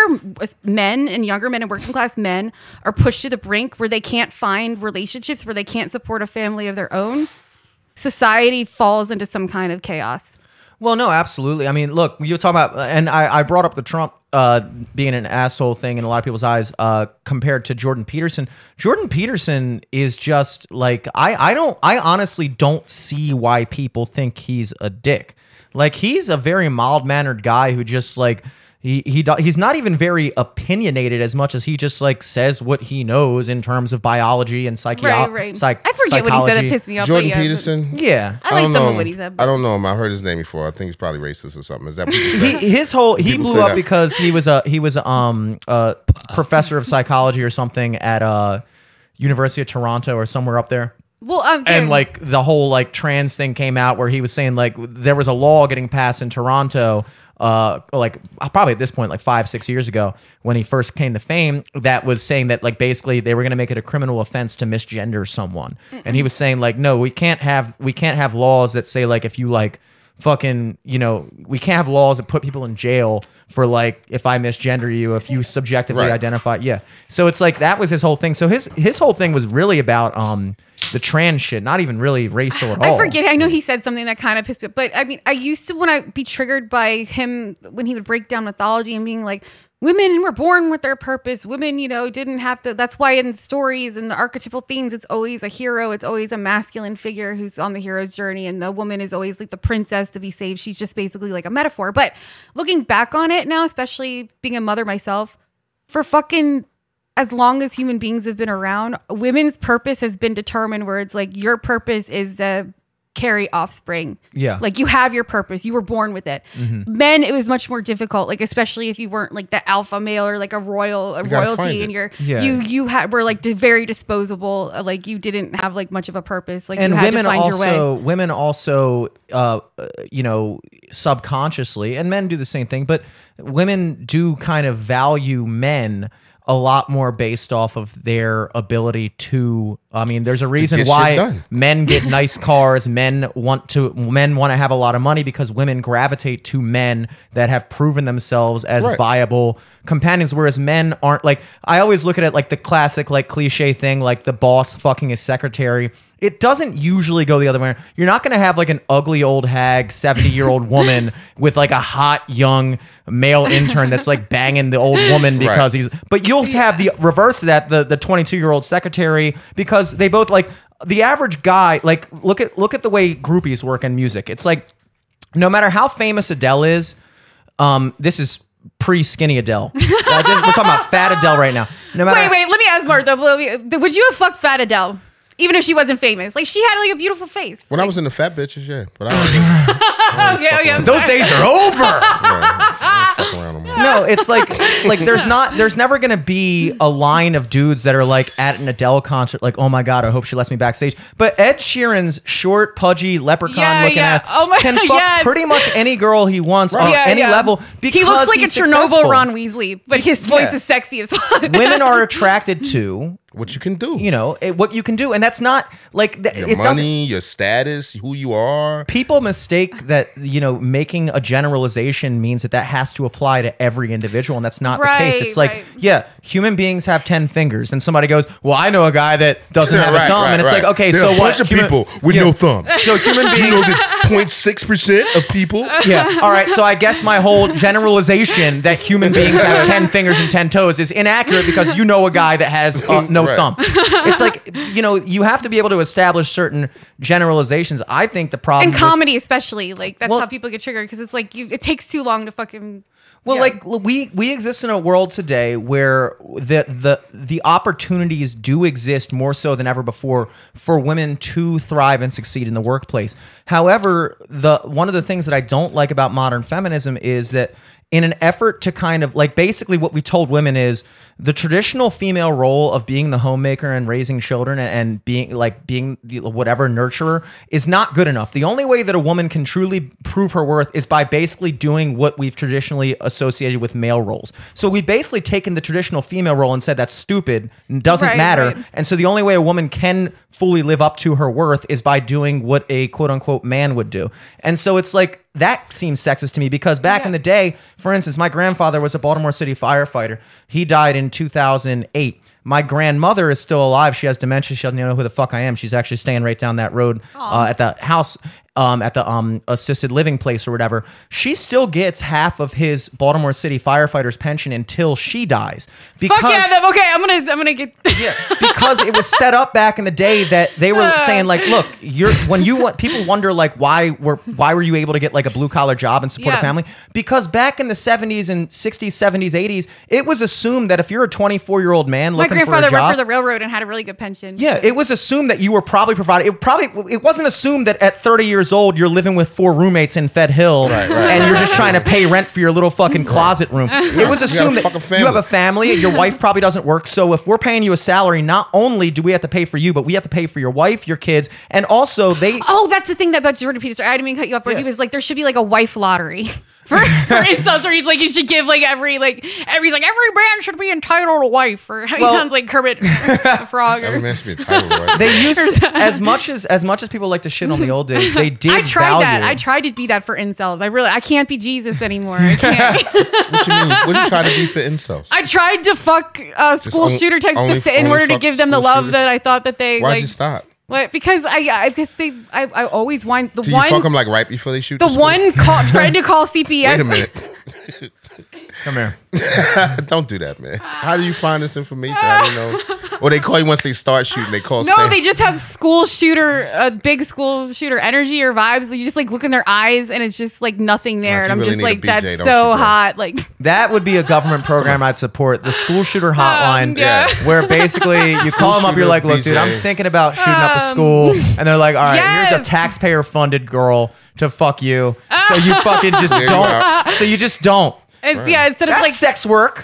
[SPEAKER 2] men and younger men and working class men are pushed to the brink where they can't find relationships, where they can't support a family of their own, society falls into some kind of chaos.
[SPEAKER 3] Well, no, absolutely. I mean, look, you were talking about, and I, I brought up the Trump uh, being an asshole thing in a lot of people's eyes uh, compared to Jordan Peterson. Jordan Peterson is just like I, I don't, I honestly don't see why people think he's a dick. Like he's a very mild mannered guy who just like. He, he do- he's not even very opinionated as much as he just like says what he knows in terms of biology and psychi-
[SPEAKER 2] Right, right.
[SPEAKER 3] psych-
[SPEAKER 2] I forget what he said
[SPEAKER 3] psychology.
[SPEAKER 2] that pissed me off. but
[SPEAKER 4] Jordan
[SPEAKER 2] yeah, but-
[SPEAKER 4] Peterson.
[SPEAKER 3] Yeah,
[SPEAKER 2] I like some
[SPEAKER 4] don't know
[SPEAKER 2] of what
[SPEAKER 4] him.
[SPEAKER 2] he said.
[SPEAKER 4] I don't know him. I heard his name before. I think he's probably racist or something. Is that what you said?
[SPEAKER 3] he, his whole he
[SPEAKER 4] People
[SPEAKER 3] blew
[SPEAKER 4] say
[SPEAKER 3] up
[SPEAKER 4] that.
[SPEAKER 3] because he was a he was a, um a professor of psychology or something at uh University of Toronto or somewhere up there.
[SPEAKER 2] Well, um, yeah.
[SPEAKER 3] And like the whole like trans thing came out where he was saying like there was a law getting passed in Toronto uh like probably at this point like 5 6 years ago when he first came to fame that was saying that like basically they were going to make it a criminal offense to misgender someone. And he was saying like no, we can't have we can't have laws that say like if you like fucking you know we can't have laws that put people in jail for like if i misgender you if you subjectively
[SPEAKER 4] Right.
[SPEAKER 3] identify yeah so it's like that was his whole thing so his his whole thing was really about um the trans shit not even really racial at all
[SPEAKER 2] I forget. I know he said something that kind of pissed me. But I mean, I used to when I be triggered by him when he would break down mythology and being like, "Women were born with their purpose. Women, you know, didn't have to." That's why in stories and the archetypal themes, it's always a hero. It's always a masculine figure who's on the hero's journey, and the woman is always like the princess to be saved. She's just basically like a metaphor. But looking back on it now, especially being a mother myself, for fucking as long as human beings have been around, women's purpose has been determined where it's like your purpose is uh, carry offspring.
[SPEAKER 3] Yeah. Mm-hmm.
[SPEAKER 2] Like you have your purpose. You were born with it. Men, it was much more difficult, like especially if you weren't like the alpha male or like a royal a
[SPEAKER 4] gotta find
[SPEAKER 2] royalty
[SPEAKER 4] it.
[SPEAKER 2] and you're
[SPEAKER 3] Yeah.
[SPEAKER 2] you you had were like di- very disposable. uh, Like you didn't have like much of a purpose. Like
[SPEAKER 3] and
[SPEAKER 2] you had
[SPEAKER 3] women
[SPEAKER 2] to find your way.
[SPEAKER 3] also women also uh, uh, you know subconsciously and men do the same thing but women do kind of value men a lot more based off of their ability to i mean there's a reason
[SPEAKER 4] shit
[SPEAKER 3] why
[SPEAKER 4] done.
[SPEAKER 3] men get nice cars men want to men want to have a lot of money because women gravitate to men that have proven themselves as
[SPEAKER 4] Right.
[SPEAKER 3] viable companions whereas men aren't like i always look at it like the classic like cliche thing like the boss fucking his secretary it doesn't usually go the other way you're not going to have like an ugly old hag 70 year old woman with like a hot young male intern that's like banging the old woman
[SPEAKER 4] Right.
[SPEAKER 3] because he's but you'll have the reverse of that the the 22 year old secretary because they both like the average guy like look at look at the way groupies work in music it's like no matter how famous Adele is, um, this is pre skinny Adele. Uh, this- we're talking about fat Adele right now. No matter
[SPEAKER 2] Wait, wait. Let me ask Martha. let me- Would you have fucked Fat Adele, even if she wasn't famous? Like she had like a beautiful face.
[SPEAKER 4] When I was in the fat bitches, yeah, but I don't,
[SPEAKER 2] Okay, okay. I'm
[SPEAKER 3] those days are over.
[SPEAKER 4] I don't fuck around no more.
[SPEAKER 3] No, it's like like there's not there's never gonna be a line of dudes that are like at an Adele concert like oh my god I hope she lets me backstage. But Ed Sheeran's short pudgy leprechaun
[SPEAKER 2] Yeah,
[SPEAKER 3] looking
[SPEAKER 2] yeah.
[SPEAKER 3] ass
[SPEAKER 2] Oh my-
[SPEAKER 3] can fuck
[SPEAKER 2] yes.
[SPEAKER 3] pretty much any girl he wants on
[SPEAKER 2] Yeah,
[SPEAKER 3] any
[SPEAKER 2] yeah.
[SPEAKER 3] level because
[SPEAKER 2] he looks like
[SPEAKER 3] he's
[SPEAKER 2] a Chernobyl
[SPEAKER 3] successful.
[SPEAKER 2] Ron Weasley, but his voice
[SPEAKER 3] yeah.
[SPEAKER 2] is sexy as fuck.
[SPEAKER 3] Women are attracted to
[SPEAKER 4] What you can do,
[SPEAKER 3] you know it, what you can do, and that's not like th-
[SPEAKER 4] your
[SPEAKER 3] it doesn't
[SPEAKER 4] money, your status, who you are.
[SPEAKER 3] people mistake that you know making a generalization means that that has to apply to every individual and that's not the case
[SPEAKER 2] Right,
[SPEAKER 3] it's like
[SPEAKER 2] right.
[SPEAKER 3] yeah human beings have 10 fingers and somebody goes well i know a guy that doesn't
[SPEAKER 4] Yeah,
[SPEAKER 3] have a
[SPEAKER 4] right,
[SPEAKER 3] thumb
[SPEAKER 4] right,
[SPEAKER 3] and it's
[SPEAKER 4] right.
[SPEAKER 3] like okay
[SPEAKER 4] There
[SPEAKER 3] so
[SPEAKER 4] are a
[SPEAKER 3] what
[SPEAKER 4] bunch of
[SPEAKER 3] Human-
[SPEAKER 4] people with
[SPEAKER 3] yeah.
[SPEAKER 4] no thumbs.
[SPEAKER 3] so human
[SPEAKER 4] Do you
[SPEAKER 3] beings
[SPEAKER 4] know that 06 percent of people?
[SPEAKER 3] yeah. All right. So I guess my whole generalization that human beings have ten fingers and ten toes is inaccurate because you know a guy that has uh, no
[SPEAKER 4] Right.
[SPEAKER 3] thumb. It's like you know you have to be able to establish certain generalizations. I think the problem
[SPEAKER 2] and
[SPEAKER 3] with-
[SPEAKER 2] comedy especially like that's
[SPEAKER 3] Well-
[SPEAKER 2] how people get triggered because it's like you it takes too long to fucking
[SPEAKER 3] Well,
[SPEAKER 2] Yeah.
[SPEAKER 3] like l- we we exist in a world today where the the the opportunities do exist more so than ever before for women to thrive and succeed in the workplace. However, the one of the things that I don't like about modern feminism is that in an effort to kind of like basically what we told women is the traditional female role of being the homemaker and raising children and, and being like being the, whatever nurturer is not good enough. The only way that a woman can truly prove her worth is by basically doing what we've traditionally associated with male roles. So we've basically taken the traditional female role and said that's stupid, doesn't
[SPEAKER 2] Right,
[SPEAKER 3] matter.
[SPEAKER 2] right.
[SPEAKER 3] And so the only way a woman can fully live up to her worth is by doing what a quote unquote man would do. And so it's like that seems sexist to me because back in
[SPEAKER 2] Yeah.
[SPEAKER 3] the day, for instance, my grandfather was a Baltimore City firefighter. He died in 2008. My grandmother is still alive. She has dementia. She doesn't know who the fuck I am. She's actually staying right down that road uh, at the house, um, at the um, assisted living place or whatever. She still gets half of his Baltimore City firefighter's pension until she dies.
[SPEAKER 2] fuck yeah them. okay i'm gonna i'm gonna get
[SPEAKER 3] because it was set up back in the day that they were
[SPEAKER 2] Uh.
[SPEAKER 3] saying like, look, you're when you want people wonder like why were why were you able to get like a blue collar job and support a
[SPEAKER 2] Yeah.
[SPEAKER 3] family? Because back in the 70s and 60s, 70s, 80s, it was assumed that if you're a 24 year old man
[SPEAKER 2] my
[SPEAKER 3] looking
[SPEAKER 2] grandfather
[SPEAKER 3] for a job,
[SPEAKER 2] worked for the railroad and had a really good pension
[SPEAKER 3] yeah, it was assumed that you were probably provided. It probably it wasn't assumed that at 30 years old you're living with four roommates in Fed Hill
[SPEAKER 4] right.
[SPEAKER 3] and you're just trying to pay rent for your little fucking closet room. It was
[SPEAKER 4] You got a
[SPEAKER 3] assumed that
[SPEAKER 4] fucking
[SPEAKER 3] you have a
[SPEAKER 4] family.
[SPEAKER 3] family. Your wife probably doesn't work. So if we're paying you a salary, not only do we have to pay for you, but we have to pay for your wife, your kids, and also they.
[SPEAKER 2] oh that's the thing that about jordan peterson i didn't mean to cut you off but
[SPEAKER 3] Yeah.
[SPEAKER 2] he was like there should be like a wife lottery for, for instance or he's like you should give like every like every he's like every man should be entitled to a wife or he
[SPEAKER 3] Well-
[SPEAKER 2] sounds like kermit the frog
[SPEAKER 4] Every
[SPEAKER 2] or
[SPEAKER 4] man should be entitled, right?
[SPEAKER 3] They used as much as as much as people like to shit on the old days. They did.
[SPEAKER 2] I tried
[SPEAKER 3] value.
[SPEAKER 2] that. I tried to be that for incels. I really, I can't be Jesus anymore. I can't. be-
[SPEAKER 4] what you mean? What you trying to be for incels?
[SPEAKER 2] I tried to fuck uh, school
[SPEAKER 4] on-
[SPEAKER 2] shooter types
[SPEAKER 4] only-
[SPEAKER 2] just to, in
[SPEAKER 4] only
[SPEAKER 2] order to
[SPEAKER 4] fuck
[SPEAKER 2] give them the
[SPEAKER 4] school
[SPEAKER 2] love
[SPEAKER 4] shooters?
[SPEAKER 2] that I thought that they
[SPEAKER 4] Why'd
[SPEAKER 2] like.
[SPEAKER 4] you stop?
[SPEAKER 2] What? Because I, I guess they, I, I always wind the
[SPEAKER 4] Do you
[SPEAKER 2] one,
[SPEAKER 4] fuck them like right before they shoot?
[SPEAKER 2] the
[SPEAKER 4] school?
[SPEAKER 2] one call, tried to call CPS.
[SPEAKER 4] Wait a minute.
[SPEAKER 3] Come here.
[SPEAKER 4] Don't do that, man. How do you find this information? How do you know? Or they call you once they start shooting. They call.
[SPEAKER 2] No,
[SPEAKER 4] Sam.
[SPEAKER 2] they just have school shooter, uh, big school shooter energy or vibes. You just like look in their eyes and it's just like nothing there. and
[SPEAKER 4] Like, you
[SPEAKER 2] I'm
[SPEAKER 4] really
[SPEAKER 2] just
[SPEAKER 4] need a
[SPEAKER 2] like,
[SPEAKER 4] BJ,
[SPEAKER 2] that's
[SPEAKER 4] don't you, bro?
[SPEAKER 2] so hot. Like,
[SPEAKER 3] That would be a government program I'd support. The school shooter hotline,
[SPEAKER 2] Um, yeah.
[SPEAKER 3] where basically you
[SPEAKER 4] School
[SPEAKER 3] call them up, you're
[SPEAKER 4] shooter,
[SPEAKER 3] like, "Look, dude, I'm
[SPEAKER 4] BJ.
[SPEAKER 3] thinking about shooting up a school," and they're like, "All right, here's a
[SPEAKER 2] Um, Yes.
[SPEAKER 3] taxpayer-funded girl to fuck you, so you fucking just
[SPEAKER 4] you
[SPEAKER 3] don't, so you just don't."
[SPEAKER 2] it's, yeah, instead of
[SPEAKER 3] That's
[SPEAKER 2] like,
[SPEAKER 3] sex work.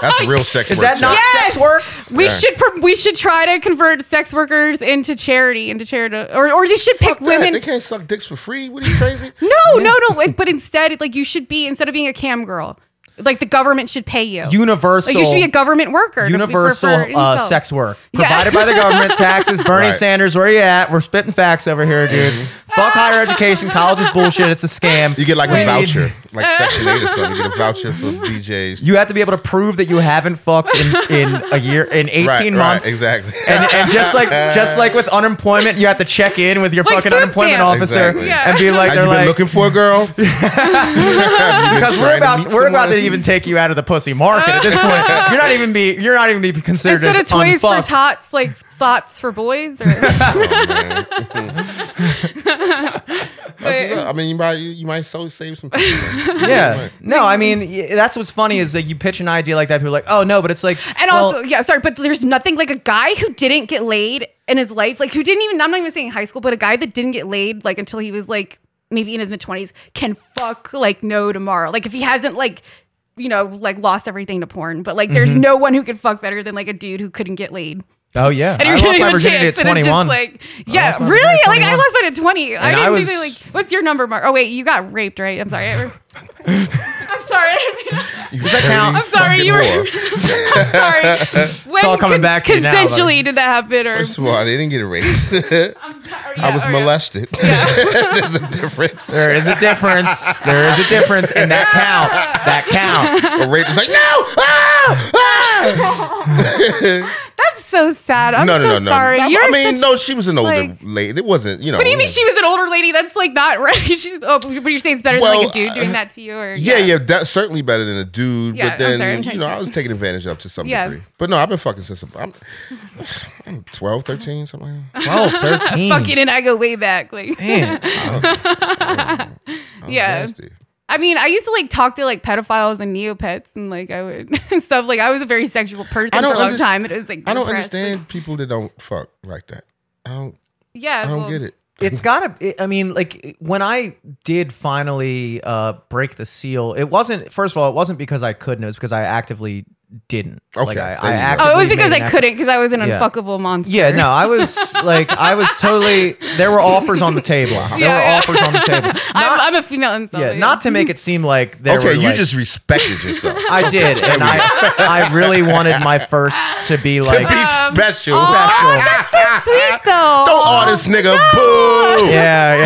[SPEAKER 4] That's real sex.
[SPEAKER 3] Is
[SPEAKER 4] work,
[SPEAKER 3] that not
[SPEAKER 4] Jack.
[SPEAKER 2] Yes!
[SPEAKER 3] sex work?
[SPEAKER 2] we
[SPEAKER 4] Yeah.
[SPEAKER 2] should, pro- we should try to convert sex workers into charity, into charity, or, or they should pick
[SPEAKER 4] Fuck that.
[SPEAKER 2] women.
[SPEAKER 4] They can't suck dicks for free. What are you crazy?
[SPEAKER 2] No, no, no. like, But instead, like you should be instead of being a cam girl, like the government should pay you.
[SPEAKER 3] Universal.
[SPEAKER 2] Like you should be a government worker. to- for-
[SPEAKER 3] Universal
[SPEAKER 2] for
[SPEAKER 3] uh,
[SPEAKER 2] info.
[SPEAKER 3] sex work
[SPEAKER 2] Yeah.
[SPEAKER 3] provided by the government, taxes. Bernie
[SPEAKER 4] Right. Mm-hmm.
[SPEAKER 3] Sanders, where you at? We're spitting facts over here, dude. Fuck higher education. College is bullshit. It's a scam.
[SPEAKER 4] You get like
[SPEAKER 3] We
[SPEAKER 4] a
[SPEAKER 3] need-
[SPEAKER 4] voucher, like Section Eight or something. You get a voucher for BJ's.
[SPEAKER 3] You have to be able to prove that you haven't fucked in, in a year, in 18
[SPEAKER 4] right,
[SPEAKER 3] months.
[SPEAKER 4] right, exactly.
[SPEAKER 3] And, and just like just like with unemployment, you have to check in with your
[SPEAKER 2] Like
[SPEAKER 3] fucking
[SPEAKER 2] food
[SPEAKER 3] unemployment
[SPEAKER 2] stamps.
[SPEAKER 3] officer
[SPEAKER 4] Exactly.
[SPEAKER 2] Yeah.
[SPEAKER 3] and be like,
[SPEAKER 4] Have
[SPEAKER 3] they're
[SPEAKER 4] you been
[SPEAKER 3] like,
[SPEAKER 4] looking for a girl?
[SPEAKER 3] because
[SPEAKER 4] because
[SPEAKER 3] we're about we're about to even take you out of the pussy market at this point. You're not even be you're not even be considered
[SPEAKER 2] Instead of
[SPEAKER 3] as
[SPEAKER 2] toys
[SPEAKER 3] unfucked.
[SPEAKER 2] for tots, like thoughts for boys. Or,
[SPEAKER 4] I mean, you might you, you might so save some. People.
[SPEAKER 3] Yeah. No, I mean y- that's what's funny is that you pitch an idea like that, people are like, oh no, but it's like,
[SPEAKER 2] and
[SPEAKER 3] well,
[SPEAKER 2] also, yeah, sorry, but there's nothing like a guy who didn't get laid in his life, like who didn't even. I'm not even saying high school, but a guy that didn't get laid like until he was like maybe in his mid 20s can fuck like no tomorrow. Like if he hasn't like. You know, like lost everything to porn, but like there's
[SPEAKER 3] Mm-hmm.
[SPEAKER 2] no one who could fuck better than like a dude who couldn't get laid.
[SPEAKER 3] oh yeah,
[SPEAKER 2] and
[SPEAKER 3] I
[SPEAKER 2] you're
[SPEAKER 3] lost
[SPEAKER 2] giving
[SPEAKER 3] my
[SPEAKER 2] him a
[SPEAKER 3] virginity at
[SPEAKER 2] chance, and it's just
[SPEAKER 3] 21.
[SPEAKER 2] Like, yeah,
[SPEAKER 3] my
[SPEAKER 2] really?
[SPEAKER 3] virginity at
[SPEAKER 2] Like I
[SPEAKER 3] 21.
[SPEAKER 2] lost mine at twenty. I
[SPEAKER 3] And
[SPEAKER 2] didn't
[SPEAKER 3] I
[SPEAKER 2] even like.
[SPEAKER 3] was-
[SPEAKER 2] What's your number, Mark? Oh wait, you got raped, right? I'm sorry. I- I'm sorry.
[SPEAKER 4] You Does that count?
[SPEAKER 2] I'm sorry, you were- sorry. When
[SPEAKER 3] all coming back to you now, buddy.
[SPEAKER 2] consensually did that happen? Or
[SPEAKER 4] First of all, they didn't get a raise.
[SPEAKER 2] I'm sorry,
[SPEAKER 4] I
[SPEAKER 2] yeah,
[SPEAKER 4] was
[SPEAKER 2] or-
[SPEAKER 4] molested. There's a difference.
[SPEAKER 3] There is a difference. There is a difference, and that counts. That counts.
[SPEAKER 4] A rape is like no. Ah! Ah!
[SPEAKER 2] That's so sad. I'm
[SPEAKER 4] No,
[SPEAKER 2] so
[SPEAKER 4] no, no, no.
[SPEAKER 2] sorry.
[SPEAKER 4] I,
[SPEAKER 2] You're
[SPEAKER 4] I mean,
[SPEAKER 2] such-
[SPEAKER 4] no, she was an older
[SPEAKER 2] like-
[SPEAKER 4] lady. It wasn't, you know.
[SPEAKER 2] What do you mean she was an older lady? That's like not right. She, oh, but you're saying it's better than
[SPEAKER 4] Well,
[SPEAKER 2] like a dude
[SPEAKER 4] uh,
[SPEAKER 2] doing that to you? Or
[SPEAKER 4] Yeah, yeah, that's certainly better than a dude.
[SPEAKER 2] Yeah, I'm
[SPEAKER 4] but then,
[SPEAKER 2] sorry, I'm trying
[SPEAKER 4] you know,
[SPEAKER 2] to-
[SPEAKER 4] I was taking advantage of to some
[SPEAKER 2] Yeah.
[SPEAKER 4] degree. But no, I've been fucking since I'm, I'm 12, 13, something like that.
[SPEAKER 3] 12, 13.
[SPEAKER 2] Fucking and I go way back. Like,
[SPEAKER 3] Man.
[SPEAKER 2] yeah.
[SPEAKER 4] Nasty.
[SPEAKER 2] I mean, I used to like talk to like pedophiles and neopets and like I would and stuff. Like I was a very sexual person for a
[SPEAKER 4] I don't
[SPEAKER 2] long
[SPEAKER 4] underst-
[SPEAKER 2] time. And it was like
[SPEAKER 4] I don't
[SPEAKER 2] depressed.
[SPEAKER 4] understand people that don't fuck like that. I don't.
[SPEAKER 2] Yeah,
[SPEAKER 4] I don't
[SPEAKER 2] well,
[SPEAKER 4] get it.
[SPEAKER 3] it's gotta it, i mean like when i did finally uh break the seal it wasn't first of all it wasn't because i couldn't it was because i actively didn't
[SPEAKER 4] Okay,
[SPEAKER 3] like i,
[SPEAKER 4] there
[SPEAKER 3] I
[SPEAKER 4] you go.
[SPEAKER 3] actively
[SPEAKER 2] Oh, it was
[SPEAKER 3] made
[SPEAKER 2] because
[SPEAKER 3] an
[SPEAKER 2] I
[SPEAKER 3] effort.
[SPEAKER 2] couldn't because I was an
[SPEAKER 3] Yeah.
[SPEAKER 2] unfuckable monster.
[SPEAKER 3] yeah no i was like i was totally there were offers on the table there
[SPEAKER 2] Yeah,
[SPEAKER 3] were
[SPEAKER 2] yeah.
[SPEAKER 3] offers on the table
[SPEAKER 2] I'm,
[SPEAKER 3] Not-
[SPEAKER 2] I'm a female incel.
[SPEAKER 3] yeah, not to make it seem like there were
[SPEAKER 4] Okay, you
[SPEAKER 3] like-
[SPEAKER 4] just respected yourself.
[SPEAKER 3] i did and i i really wanted my first to be
[SPEAKER 4] to
[SPEAKER 3] like
[SPEAKER 4] be
[SPEAKER 2] Um,
[SPEAKER 4] special.
[SPEAKER 2] oh,
[SPEAKER 4] Ah,
[SPEAKER 3] special
[SPEAKER 2] sweet though.
[SPEAKER 4] Don't all this nigga boo.
[SPEAKER 3] Yeah, yeah,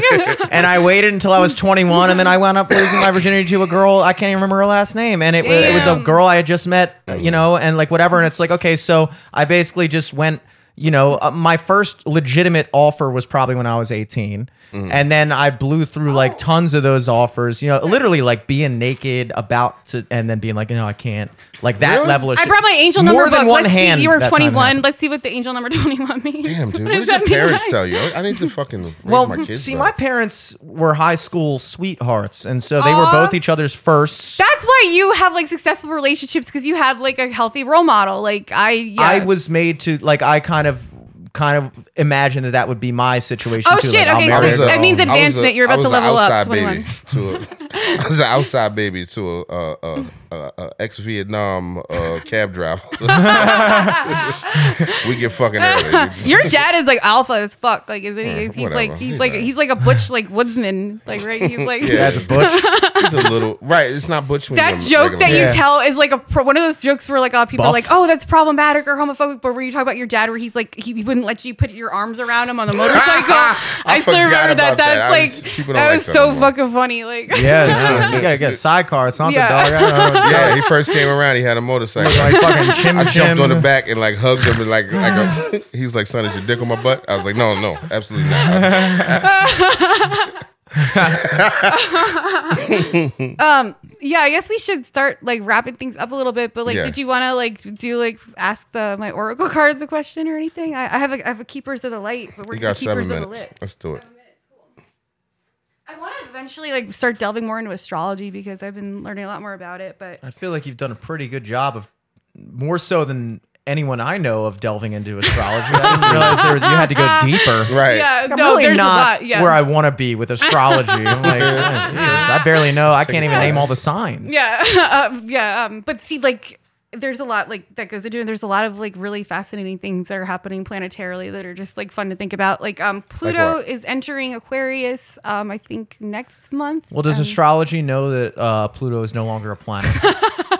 [SPEAKER 3] yeah, yeah. Boom. and I waited until I was 21, and then I wound up losing my virginity to a girl. I can't even remember her last name, and it was it was a
[SPEAKER 2] Damn.
[SPEAKER 3] girl I had just met, you know, and like whatever. And it's like, okay, so I basically just went. You know, uh, my first legitimate offer was probably when I was 18.
[SPEAKER 4] Mm-hmm.
[SPEAKER 3] And then I blew through
[SPEAKER 4] Oh.
[SPEAKER 3] like tons of those offers, you know, literally like being naked about to, and then being like, no, I can't. Like that
[SPEAKER 4] Really?
[SPEAKER 3] level of
[SPEAKER 2] I
[SPEAKER 3] shit.
[SPEAKER 2] brought my angel
[SPEAKER 3] More
[SPEAKER 2] number
[SPEAKER 3] than
[SPEAKER 2] book.
[SPEAKER 3] one
[SPEAKER 2] Let's
[SPEAKER 3] hand
[SPEAKER 2] see. You were
[SPEAKER 3] that time
[SPEAKER 2] 21.
[SPEAKER 3] happened.
[SPEAKER 2] Let's see what the angel number 21 means.
[SPEAKER 4] Damn,
[SPEAKER 2] What
[SPEAKER 4] dude. What,
[SPEAKER 2] does
[SPEAKER 4] did your
[SPEAKER 2] that mean?
[SPEAKER 4] parents tell you? I need to fucking raise
[SPEAKER 3] Well, hmm,
[SPEAKER 4] my kids.
[SPEAKER 3] see,
[SPEAKER 4] better.
[SPEAKER 3] my parents were high school sweethearts, and so they were
[SPEAKER 2] Aw.
[SPEAKER 3] both each other's firsts.
[SPEAKER 2] That's why you have like successful relationships because you had like a healthy role model. Like I, yeah.
[SPEAKER 3] I was made to like I kind of kind of imagined that that would be my situation.
[SPEAKER 2] Oh,
[SPEAKER 3] too.
[SPEAKER 2] shit,
[SPEAKER 3] Like, I'll
[SPEAKER 2] okay,
[SPEAKER 3] marry
[SPEAKER 2] so
[SPEAKER 3] a girl.
[SPEAKER 2] that means
[SPEAKER 4] I was
[SPEAKER 2] advancement.
[SPEAKER 4] a-
[SPEAKER 2] You're about
[SPEAKER 4] I was
[SPEAKER 2] to
[SPEAKER 4] an
[SPEAKER 2] level up,
[SPEAKER 4] outside Baby to a, I was an outside baby to a, a, a, a, a ex Vietnam uh, cab driver. we get fucking early. We just-
[SPEAKER 2] Your dad is like alpha as fuck. Like, isn't he? He's like
[SPEAKER 4] whatever.
[SPEAKER 2] he's
[SPEAKER 4] He's
[SPEAKER 2] like
[SPEAKER 4] alright.
[SPEAKER 2] he's like a butch like woodsman. Like right? He's like
[SPEAKER 4] Yeah.
[SPEAKER 3] That's a butch.
[SPEAKER 4] it's a little right. It's not butch. when
[SPEAKER 2] that
[SPEAKER 4] you're
[SPEAKER 2] joke that
[SPEAKER 4] regular.
[SPEAKER 2] you
[SPEAKER 3] Yeah.
[SPEAKER 2] tell is like a pro- one of those jokes where like uh, people are
[SPEAKER 3] Buff.
[SPEAKER 2] like, oh, that's problematic or homophobic. But where you talk about your dad, where he's like he, he wouldn't let you put your arms around him on the motorcycle. I, still
[SPEAKER 4] forgot
[SPEAKER 2] remember that.
[SPEAKER 4] about that. I
[SPEAKER 2] That's
[SPEAKER 4] was-
[SPEAKER 2] like
[SPEAKER 4] people don't
[SPEAKER 2] that
[SPEAKER 4] like
[SPEAKER 2] was
[SPEAKER 4] that
[SPEAKER 2] so
[SPEAKER 4] anymore.
[SPEAKER 2] fucking funny. Like
[SPEAKER 3] yeah, no, you gotta get a sidecar or something,
[SPEAKER 2] Yeah.
[SPEAKER 3] dog. I don't know.
[SPEAKER 4] Yeah, he first came around. He had a motorcycle.
[SPEAKER 3] Like fucking chim
[SPEAKER 4] I jumped
[SPEAKER 3] chim.
[SPEAKER 4] on the back and like hugged him and like like a, he's like son is your dick on my butt. I was like no no absolutely not.
[SPEAKER 2] yeah, I guess we should start like wrapping things up a little bit. But like,
[SPEAKER 4] Yeah.
[SPEAKER 2] did you want to like do like ask the my oracle cards a question or anything? I, I have a I have a keepers of the light, but we're
[SPEAKER 4] You
[SPEAKER 2] gonna
[SPEAKER 4] got
[SPEAKER 2] do keepers
[SPEAKER 4] seven
[SPEAKER 2] of the
[SPEAKER 4] minutes.
[SPEAKER 2] lit.
[SPEAKER 4] Let's do it.
[SPEAKER 2] I want to eventually like start delving more into astrology because I've been learning a lot more about it. But
[SPEAKER 3] I feel like you've done a pretty good job of more so than anyone I know of delving into astrology. I didn't realize there was, you had to go deeper.
[SPEAKER 4] Right.
[SPEAKER 2] yeah,
[SPEAKER 3] I'm
[SPEAKER 2] no,
[SPEAKER 3] really
[SPEAKER 2] there's
[SPEAKER 3] not
[SPEAKER 2] a lot. Yeah,
[SPEAKER 3] where I want to be with astrology. I'm like, oh, geez, I barely know. I can't even name all the signs.
[SPEAKER 2] yeah, uh, yeah. Um, but see, like, there's a lot like that goes into it. There's a lot of like really fascinating things that are happening planetarily that are just like fun to think about. Like, um, Pluto
[SPEAKER 4] what?
[SPEAKER 2] is entering Aquarius. Um, I think next month. um,
[SPEAKER 3] Well, does astrology know that uh, Pluto is no longer a planet?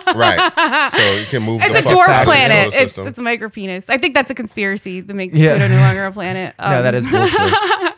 [SPEAKER 4] Right. So you can move.
[SPEAKER 2] It's
[SPEAKER 4] the
[SPEAKER 2] a
[SPEAKER 4] fuck out
[SPEAKER 2] dwarf
[SPEAKER 4] of the solar
[SPEAKER 2] planet. It's,
[SPEAKER 4] system.
[SPEAKER 2] it's a micropenis. I think that's a conspiracy to make
[SPEAKER 3] Yeah.
[SPEAKER 2] Pluto no longer a planet. Um,
[SPEAKER 3] no, that is bullshit.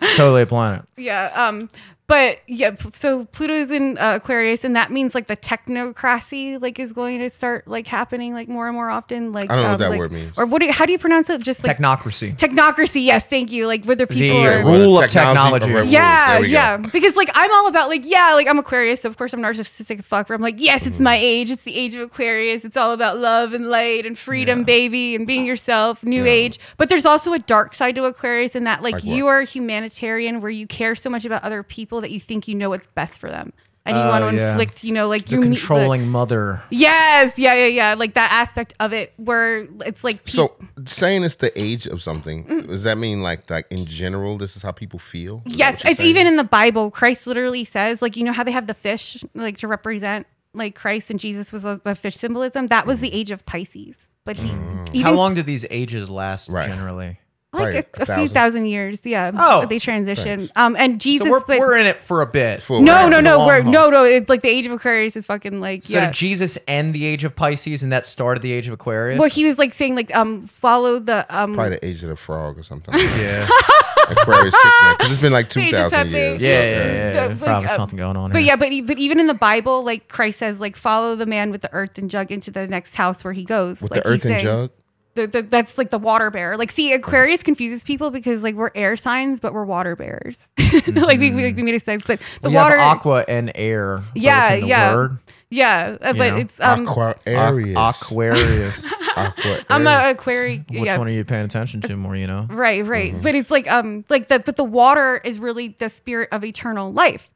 [SPEAKER 3] It's totally a planet.
[SPEAKER 2] Yeah. Um. But yeah. p- So Pluto's in uh, Aquarius, and that means like the technocracy like is going to start like happening like more and more often. Like
[SPEAKER 4] I don't know what
[SPEAKER 2] um,
[SPEAKER 4] that
[SPEAKER 2] like-
[SPEAKER 4] word means.
[SPEAKER 2] Or what? Do you, how do you pronounce it? Just like
[SPEAKER 3] Technocracy.
[SPEAKER 2] technocracy. Yes. Thank you. Like whether people
[SPEAKER 3] The
[SPEAKER 2] are.
[SPEAKER 4] Wait, what?
[SPEAKER 3] rule of
[SPEAKER 4] Technology-
[SPEAKER 3] technology.
[SPEAKER 4] Right.
[SPEAKER 2] Yeah,
[SPEAKER 4] There we go.
[SPEAKER 2] yeah. Because like I'm all about like yeah, like I'm Aquarius, so of course I'm narcissistic as fuck. But I'm like yes,
[SPEAKER 4] Mm-hmm.
[SPEAKER 2] it's my age. It's the age of Aquarius. It's all about love and light and freedom, baby, and being yourself, new age. But there's also a dark side to Aquarius in that like,
[SPEAKER 4] Like
[SPEAKER 2] you
[SPEAKER 4] what?
[SPEAKER 2] are a humanitarian where you care so much about other people that you think you know what's best for them. And you
[SPEAKER 4] Uh,
[SPEAKER 3] Oh,
[SPEAKER 2] want to
[SPEAKER 3] yeah.
[SPEAKER 2] inflict, you know, like
[SPEAKER 3] The
[SPEAKER 2] you meet the-
[SPEAKER 3] controlling mother.
[SPEAKER 2] Yes, yeah, yeah, yeah. Like that aspect of it where it's like peop-
[SPEAKER 4] So saying it's the age of something, does that mean like like in general, this is how people feel? Is that
[SPEAKER 2] Yes,
[SPEAKER 4] what you're
[SPEAKER 2] it's
[SPEAKER 4] saying?
[SPEAKER 2] even in the Bible. Christ literally says, like, you know how they have the fish, like, to represent, like, Christ and Jesus was a, a fish symbolism? That was the age of Pisces. But he, even
[SPEAKER 3] Mm-hmm. Mm. How long do these ages last
[SPEAKER 4] Right.
[SPEAKER 3] generally?
[SPEAKER 2] like
[SPEAKER 4] Right,
[SPEAKER 2] a, a few
[SPEAKER 4] thousand.
[SPEAKER 2] thousand years, yeah.
[SPEAKER 3] Oh.
[SPEAKER 2] they transition. Um, and Jesus,
[SPEAKER 3] So we're,
[SPEAKER 2] but
[SPEAKER 3] we're in it for a bit.
[SPEAKER 4] Full
[SPEAKER 2] no,
[SPEAKER 4] ride
[SPEAKER 2] no,
[SPEAKER 4] for the
[SPEAKER 2] no,
[SPEAKER 3] long
[SPEAKER 2] we're
[SPEAKER 3] haul.
[SPEAKER 2] no, no. It's like the age of Aquarius is fucking like,
[SPEAKER 3] So
[SPEAKER 2] yeah.
[SPEAKER 3] did Jesus end the age of Pisces and that started the age of Aquarius?
[SPEAKER 2] well, he was like saying, like, um, follow the um,
[SPEAKER 4] Probably the age of the frog or something. Like
[SPEAKER 3] yeah.
[SPEAKER 4] that. Aquarius kicked that because it's been like two
[SPEAKER 2] Age of
[SPEAKER 4] thousand
[SPEAKER 2] Pepe.
[SPEAKER 4] years.
[SPEAKER 3] Yeah, yeah, yeah,
[SPEAKER 2] The-
[SPEAKER 3] yeah. There's
[SPEAKER 2] like,
[SPEAKER 3] probably
[SPEAKER 2] uh,
[SPEAKER 3] something going on.
[SPEAKER 2] But
[SPEAKER 3] here.
[SPEAKER 2] yeah, but e- but even in the Bible, like Christ says, like follow the man with the earth and jug into the next house where he goes.
[SPEAKER 4] With
[SPEAKER 2] like
[SPEAKER 4] the earth
[SPEAKER 2] he's
[SPEAKER 4] and
[SPEAKER 2] saying-
[SPEAKER 4] jug.
[SPEAKER 2] the, the, that's like the water bearer. Like, see, Aquarius confuses people because like we're air signs, but we're water bearers. like we, we, like, we
[SPEAKER 4] Mm-hmm.
[SPEAKER 2] made a sense, but the
[SPEAKER 3] we
[SPEAKER 2] water,
[SPEAKER 3] have aqua and air. both
[SPEAKER 2] yeah,
[SPEAKER 3] in the
[SPEAKER 2] yeah,
[SPEAKER 3] word.
[SPEAKER 2] yeah. uh, but
[SPEAKER 3] know,
[SPEAKER 2] it's um,
[SPEAKER 4] Aquarius.
[SPEAKER 3] Aquarius.
[SPEAKER 4] Aquarius. Mm-hmm.
[SPEAKER 2] I'm a Aquarius.
[SPEAKER 3] Which
[SPEAKER 2] yeah.
[SPEAKER 3] one are you paying attention to more? You know.
[SPEAKER 2] Right, right. But it's like um like the but the water is really the spirit of eternal life.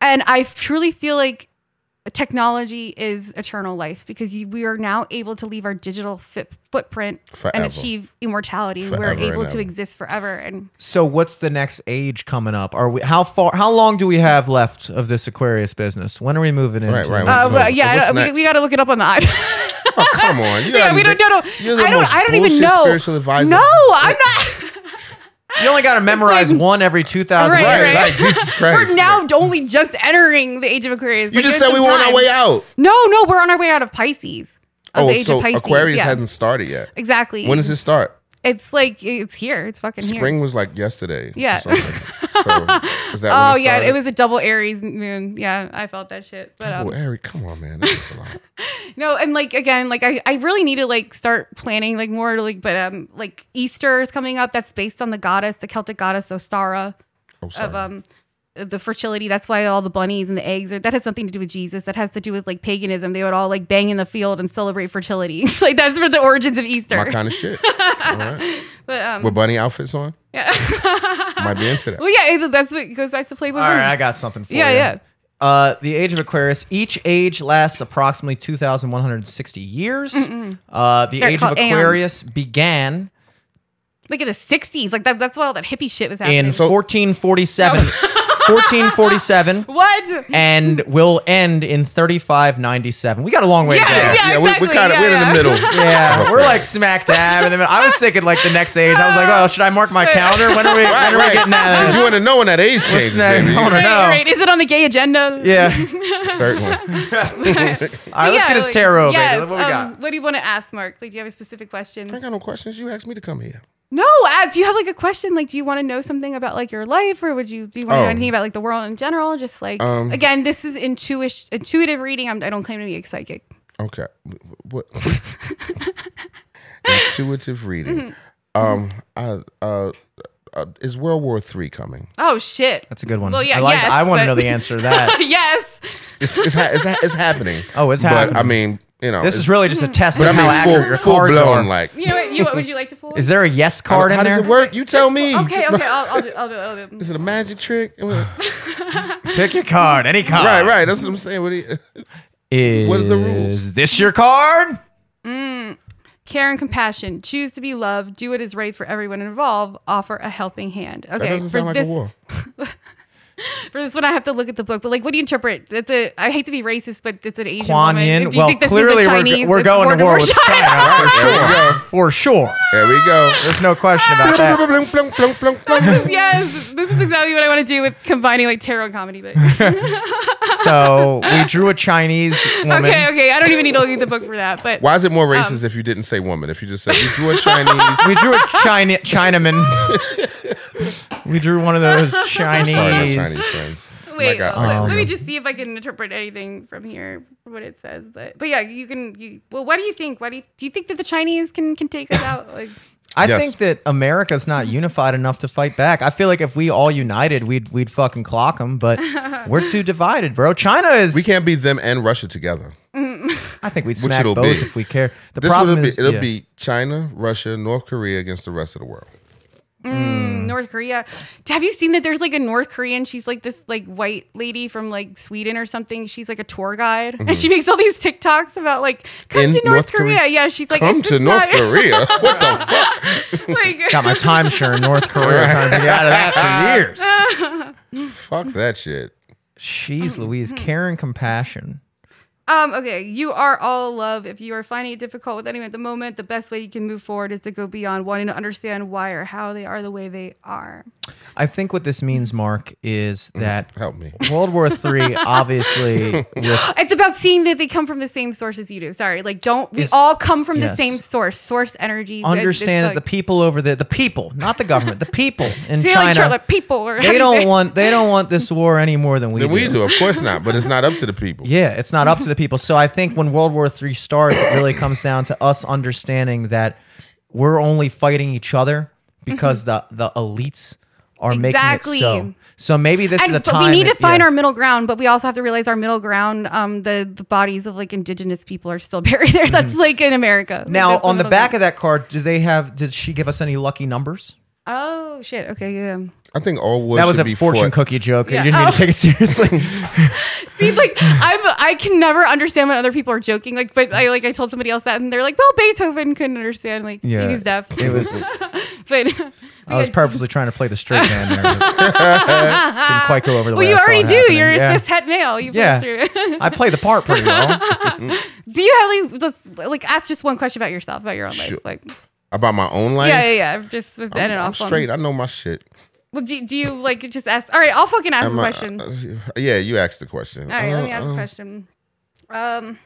[SPEAKER 2] And I truly feel like technology is eternal life because you, we are now able to leave our digital fit, footprint
[SPEAKER 4] Forever.
[SPEAKER 2] and achieve immortality.
[SPEAKER 4] Forever
[SPEAKER 2] We're
[SPEAKER 4] and
[SPEAKER 2] able to
[SPEAKER 4] ever.
[SPEAKER 2] exist forever and
[SPEAKER 3] So what's the next age coming up? Are we how far? How long do we have left of this Aquarius business? When are we moving into?
[SPEAKER 4] Right, right.
[SPEAKER 2] Uh,
[SPEAKER 4] So
[SPEAKER 2] but yeah, I
[SPEAKER 4] what's
[SPEAKER 2] don't- we,
[SPEAKER 4] next?
[SPEAKER 2] we got to look it up on the iPad.
[SPEAKER 4] Oh, come on. You
[SPEAKER 2] yeah,
[SPEAKER 4] gotta
[SPEAKER 2] we
[SPEAKER 4] be-
[SPEAKER 2] don't, no, no.
[SPEAKER 4] You're the
[SPEAKER 2] I don't,
[SPEAKER 4] most
[SPEAKER 2] I don't even
[SPEAKER 4] bullshit
[SPEAKER 2] know.
[SPEAKER 4] Spiritual advisor.
[SPEAKER 2] No, I'm not.
[SPEAKER 3] You only got to memorize one every two thousand.
[SPEAKER 2] Right, right.
[SPEAKER 4] Right, like Jesus Christ.
[SPEAKER 2] We're now only just entering the age of Aquarius.
[SPEAKER 4] You
[SPEAKER 2] Like,
[SPEAKER 4] just
[SPEAKER 2] there's
[SPEAKER 4] said we
[SPEAKER 2] some
[SPEAKER 4] were on our
[SPEAKER 2] time.
[SPEAKER 4] way out.
[SPEAKER 2] No, no, we're on our way out of Pisces. Of
[SPEAKER 4] Oh,
[SPEAKER 2] the age
[SPEAKER 4] so
[SPEAKER 2] of Pisces.
[SPEAKER 4] Aquarius
[SPEAKER 2] yeah.
[SPEAKER 4] hasn't started yet.
[SPEAKER 2] Exactly.
[SPEAKER 4] When does it start?
[SPEAKER 2] It's like it's here. It's fucking
[SPEAKER 4] Spring
[SPEAKER 2] here.
[SPEAKER 4] was like yesterday. or
[SPEAKER 2] Yeah.
[SPEAKER 4] something. so is that
[SPEAKER 2] Oh
[SPEAKER 4] when
[SPEAKER 2] yeah,
[SPEAKER 4] started?
[SPEAKER 2] it was a double Aries moon. Yeah, I felt that shit. But
[SPEAKER 4] Oh,
[SPEAKER 2] um,
[SPEAKER 4] Eric, come on, man. That's just a lot. Oh,
[SPEAKER 2] no, and like again, like I, I really need to like start planning like more like but um like Easter is coming up. That's based on the goddess, the Celtic goddess Ostara
[SPEAKER 4] Oh, sorry.
[SPEAKER 2] of um the fertility. That's why all the bunnies and the eggs are that has nothing to do with Jesus. That has to do with like paganism. They would all like bang in the field and celebrate fertility. like that's for the origins of Easter.
[SPEAKER 4] My kind of shit. All right.
[SPEAKER 2] um,
[SPEAKER 4] With bunny outfits on? Yeah. Might be into that. Uh,
[SPEAKER 2] well, yeah, it- that's what it goes back to Playboy.
[SPEAKER 3] All right,
[SPEAKER 2] Bunny.
[SPEAKER 3] I got something for
[SPEAKER 2] Yeah,
[SPEAKER 3] you.
[SPEAKER 2] yeah.
[SPEAKER 3] Uh, the age of Aquarius. Each age lasts approximately 2,160 years. Uh, the
[SPEAKER 2] They're
[SPEAKER 3] age of
[SPEAKER 2] called aeons.
[SPEAKER 3] Aquarius began
[SPEAKER 2] like in the sixties. Like that, that's why all that hippie shit was happening.
[SPEAKER 3] in 1447.
[SPEAKER 2] Oh.
[SPEAKER 3] 1447.
[SPEAKER 2] what?
[SPEAKER 3] And will end in 3597. We got a long way
[SPEAKER 2] Yeah,
[SPEAKER 3] to go.
[SPEAKER 2] yeah,
[SPEAKER 4] we- we,
[SPEAKER 2] exactly.
[SPEAKER 4] kind of
[SPEAKER 2] Yeah,
[SPEAKER 4] we're
[SPEAKER 2] yeah.
[SPEAKER 4] in the middle.
[SPEAKER 3] Yeah, we're like smack dab, and then I was thinking like the next age. I was like, oh, should I mark my calendar? When are we?
[SPEAKER 4] Right,
[SPEAKER 3] when are we
[SPEAKER 4] right.
[SPEAKER 3] getting out of
[SPEAKER 4] Because you
[SPEAKER 3] this?
[SPEAKER 4] want to know when that age changes,
[SPEAKER 3] that?
[SPEAKER 4] baby.
[SPEAKER 3] I wanna
[SPEAKER 2] Right,
[SPEAKER 3] know.
[SPEAKER 2] right. Is it on the gay agenda?
[SPEAKER 3] Yeah.
[SPEAKER 4] Certainly.
[SPEAKER 3] All right, let's
[SPEAKER 2] Yeah,
[SPEAKER 3] get his
[SPEAKER 2] like-
[SPEAKER 3] tarot,
[SPEAKER 2] yes,
[SPEAKER 3] baby. What we
[SPEAKER 2] um,
[SPEAKER 3] got?
[SPEAKER 2] What do you want to ask, Mark? Like, do you have a specific
[SPEAKER 4] I ain't
[SPEAKER 2] question?
[SPEAKER 4] got no questions. You asked me to come here.
[SPEAKER 2] No. Uh, do you have like a question? Like, do you want to know something about like your life, or would you do you want to know
[SPEAKER 4] Oh.
[SPEAKER 2] anything about like the world in general? Just like
[SPEAKER 4] Um,
[SPEAKER 2] again, this is intuition, intuitive reading. I'm, I don't claim to be a psychic.
[SPEAKER 4] Okay. Wh- What?
[SPEAKER 2] Mm-hmm.
[SPEAKER 4] Intuitive reading. Um, I uh, uh, is World War Three coming?
[SPEAKER 2] Oh shit.
[SPEAKER 3] That's a good one.
[SPEAKER 2] Well, yeah,
[SPEAKER 3] I, like,
[SPEAKER 2] yes,
[SPEAKER 3] I want to
[SPEAKER 2] but-
[SPEAKER 3] know the answer to that.
[SPEAKER 2] yes.
[SPEAKER 4] It's it's, ha- it's, ha- it's happening.
[SPEAKER 3] Oh, it's happening.
[SPEAKER 4] But I mean, you know,
[SPEAKER 3] This
[SPEAKER 4] it's-
[SPEAKER 3] is really just a test
[SPEAKER 4] But
[SPEAKER 3] of how
[SPEAKER 4] I mean,
[SPEAKER 3] accurate
[SPEAKER 4] full,
[SPEAKER 3] your
[SPEAKER 4] full
[SPEAKER 3] cards
[SPEAKER 4] blown.
[SPEAKER 3] are.
[SPEAKER 4] Like,
[SPEAKER 2] You know what? You what would you like to pull?
[SPEAKER 3] Is there a yes card
[SPEAKER 4] how
[SPEAKER 3] in there?
[SPEAKER 4] does it work? You tell me.
[SPEAKER 2] okay. Okay. I'll, I'll do. I'll do. I'll do.
[SPEAKER 4] Is it a magic trick? right,
[SPEAKER 3] Pick your card, any
[SPEAKER 2] Oh.
[SPEAKER 3] card.
[SPEAKER 4] right. That's what I'm saying. What do you,
[SPEAKER 3] Is
[SPEAKER 4] What are the rules?
[SPEAKER 3] this your card?
[SPEAKER 2] Care and compassion. Choose to be loved. Do what is right for everyone involved. Offer a helping hand. Okay.
[SPEAKER 4] that doesn't
[SPEAKER 2] for
[SPEAKER 4] sound like
[SPEAKER 2] this,
[SPEAKER 4] a war.
[SPEAKER 2] For this one, I have to look at the book. But like, what do you interpret? It's a. I hate to be racist, but it's an Asian
[SPEAKER 3] Kuan
[SPEAKER 2] woman. Do
[SPEAKER 3] Yin.
[SPEAKER 2] you
[SPEAKER 3] Well,
[SPEAKER 2] think this
[SPEAKER 3] clearly
[SPEAKER 2] is the
[SPEAKER 3] we're,
[SPEAKER 2] Chinese?
[SPEAKER 3] we're
[SPEAKER 2] It's
[SPEAKER 3] going to war with
[SPEAKER 2] China.
[SPEAKER 3] China.
[SPEAKER 4] There we go.
[SPEAKER 3] For sure.
[SPEAKER 4] There we go.
[SPEAKER 3] There's no question about that.
[SPEAKER 4] Blunk, blunk, blunk, blunk, blunk.
[SPEAKER 2] yes, this is exactly what I want to do with combining like tarot and comedy. But
[SPEAKER 3] So we drew a Chinese woman.
[SPEAKER 2] okay, okay, I don't even need to look at the book for that. But
[SPEAKER 4] Why is it more racist if you didn't say woman? If you just said you drew a Chinese.
[SPEAKER 3] We drew a China Chinaman. we drew one of those Chinese.
[SPEAKER 4] Sorry, my Chinese friends.
[SPEAKER 2] wait,
[SPEAKER 4] my God.
[SPEAKER 2] let, let me
[SPEAKER 3] Um,
[SPEAKER 2] just see if I can interpret anything from here, what it says. But but yeah, you can. You, well, what do you think? What do you do? You think that the Chinese can can take us out? Like
[SPEAKER 3] I
[SPEAKER 4] Yes.
[SPEAKER 3] think that America's not unified enough to fight back. I feel like if we all united, we'd we'd fucking clock them. But we're too divided, bro. China is.
[SPEAKER 4] We can't be them and Russia together.
[SPEAKER 3] I think we'd smack
[SPEAKER 4] it'll
[SPEAKER 3] both
[SPEAKER 4] be.
[SPEAKER 3] if we care. The
[SPEAKER 4] This
[SPEAKER 3] problem
[SPEAKER 4] will be
[SPEAKER 3] is
[SPEAKER 4] it'll
[SPEAKER 3] yeah.
[SPEAKER 4] be China, Russia, North Korea against the rest of the world. Mm.
[SPEAKER 2] North Korea. Have you seen that? There's like a North Korean. She's like this like white lady from like Sweden or something. She's like a tour guide, and she makes all these TikToks about like come
[SPEAKER 4] Mm-hmm. In
[SPEAKER 2] to North,
[SPEAKER 4] North
[SPEAKER 2] Korea.
[SPEAKER 4] Korea?
[SPEAKER 2] Yeah, she's like
[SPEAKER 4] Come
[SPEAKER 2] "It's
[SPEAKER 4] to
[SPEAKER 2] just
[SPEAKER 4] North
[SPEAKER 2] not-
[SPEAKER 4] Korea. What the fuck?
[SPEAKER 2] like,
[SPEAKER 3] got my timeshare in North Korea. Trying to get out of that for years.
[SPEAKER 4] Fuck that shit.
[SPEAKER 3] Jeez Louise, care and compassion.
[SPEAKER 2] Um, okay, you are all love. If you are finding it difficult with anyone at the moment, the best way you can move forward is to go beyond wanting to understand why or how they are the way they are.
[SPEAKER 3] I think what this means, Mark, is
[SPEAKER 4] Mm-hmm.
[SPEAKER 3] that
[SPEAKER 4] Help me.
[SPEAKER 3] World War III, obviously, with,
[SPEAKER 2] It's about seeing that they come from the same source as you do. Sorry, like don't we
[SPEAKER 3] Is-
[SPEAKER 2] all come from the
[SPEAKER 3] yes.
[SPEAKER 2] same source? Source energy. It- it's
[SPEAKER 3] understand that
[SPEAKER 2] like-
[SPEAKER 3] the people over there, the people, not the government, the people in
[SPEAKER 2] See, like,
[SPEAKER 3] China,
[SPEAKER 2] Charlotte, people. Or how do
[SPEAKER 3] they
[SPEAKER 2] you
[SPEAKER 3] don't
[SPEAKER 2] say-
[SPEAKER 3] want they don't want this war any more than we
[SPEAKER 4] Then
[SPEAKER 3] do.
[SPEAKER 4] we do, of course not. But it's not up to the people.
[SPEAKER 3] Yeah, it's not up to the people. So I think when World War III starts, it really comes down to us understanding that we're only fighting each other because the the elites are
[SPEAKER 2] Mm-hmm. Exactly.
[SPEAKER 3] making it so. So maybe this is a
[SPEAKER 2] And, but
[SPEAKER 3] time
[SPEAKER 2] we need to
[SPEAKER 3] that-
[SPEAKER 2] find
[SPEAKER 3] yeah.
[SPEAKER 2] our middle ground, but we also have to realize our middle ground. Um, the, the bodies of like indigenous people are still buried there. That's like in America. Like,
[SPEAKER 3] Mm-hmm. Now
[SPEAKER 2] that's
[SPEAKER 3] on the
[SPEAKER 2] middle
[SPEAKER 3] back
[SPEAKER 2] ground.
[SPEAKER 3] of that card, did they have? Did she give us any lucky numbers?
[SPEAKER 2] oh shit. Okay, yeah.
[SPEAKER 4] I think all wars
[SPEAKER 3] that was
[SPEAKER 4] should
[SPEAKER 3] a
[SPEAKER 4] be
[SPEAKER 3] fortune
[SPEAKER 4] fought.
[SPEAKER 3] cookie joke.
[SPEAKER 2] Yeah.
[SPEAKER 3] You didn't mean
[SPEAKER 2] Oh.
[SPEAKER 3] to take it seriously.
[SPEAKER 2] See, like I'm, I can never understand when other people are joking. Like, but I like I told somebody else that, and they're like, "Well, Beethoven couldn't understand. Like,
[SPEAKER 3] Yeah.
[SPEAKER 2] he was deaf."
[SPEAKER 3] it was.
[SPEAKER 2] but
[SPEAKER 3] I was purposely trying to play the straight man there. but didn't quite go over the
[SPEAKER 2] well,
[SPEAKER 3] way
[SPEAKER 2] you
[SPEAKER 3] I saw it
[SPEAKER 2] already do.
[SPEAKER 3] happening.
[SPEAKER 2] You're
[SPEAKER 3] yeah.
[SPEAKER 2] a cishet male. You
[SPEAKER 3] Yeah.
[SPEAKER 2] yeah. through.
[SPEAKER 3] I play the part pretty well.
[SPEAKER 2] do you have like let's like ask just one question about yourself, about your own
[SPEAKER 4] Sure.
[SPEAKER 2] life? Like,
[SPEAKER 4] about my own life.
[SPEAKER 2] yeah, yeah, yeah. I'm Just with
[SPEAKER 4] I'm,
[SPEAKER 2] that and
[SPEAKER 4] I'm
[SPEAKER 2] off. on-
[SPEAKER 4] straight. I know my shit.
[SPEAKER 2] Well, do, do you like just ask? All right, I'll fucking ask a
[SPEAKER 4] Am I-
[SPEAKER 2] question. All
[SPEAKER 4] uh, yeah, you asked the question. Uh,
[SPEAKER 2] right, let me ask a
[SPEAKER 4] Uh-uh.
[SPEAKER 2] question. Um.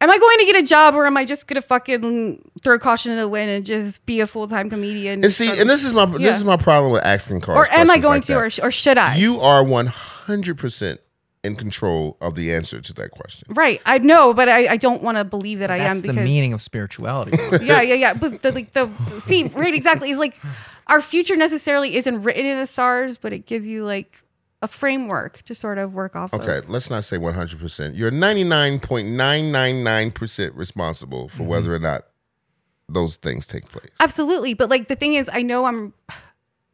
[SPEAKER 2] Am I going to get a job or am I just gonna fucking throw caution to the wind and just be a full time comedian?
[SPEAKER 4] And see, and this is my
[SPEAKER 2] Yeah.
[SPEAKER 4] this is my problem with asking cars.
[SPEAKER 2] or am I
[SPEAKER 4] questions
[SPEAKER 2] going
[SPEAKER 4] like
[SPEAKER 2] to,
[SPEAKER 4] that.
[SPEAKER 2] or, sh- or should I?
[SPEAKER 4] You are one hundred percent in control of the answer to that question.
[SPEAKER 2] right, I know, but I, I don't want to believe that I
[SPEAKER 3] That's
[SPEAKER 2] am
[SPEAKER 3] the
[SPEAKER 2] because
[SPEAKER 3] meaning of spirituality.
[SPEAKER 2] yeah, yeah, yeah. But the, like the see right exactly is like our future necessarily isn't written in the stars, but it gives you like a framework to sort of work off.
[SPEAKER 4] Okay,
[SPEAKER 2] of.
[SPEAKER 4] let's not say one hundred percent. You're ninety nine point nine nine nine percent responsible
[SPEAKER 2] Mm-hmm.
[SPEAKER 4] for whether or not those things take place.
[SPEAKER 2] absolutely. But like the thing is, I know I'm.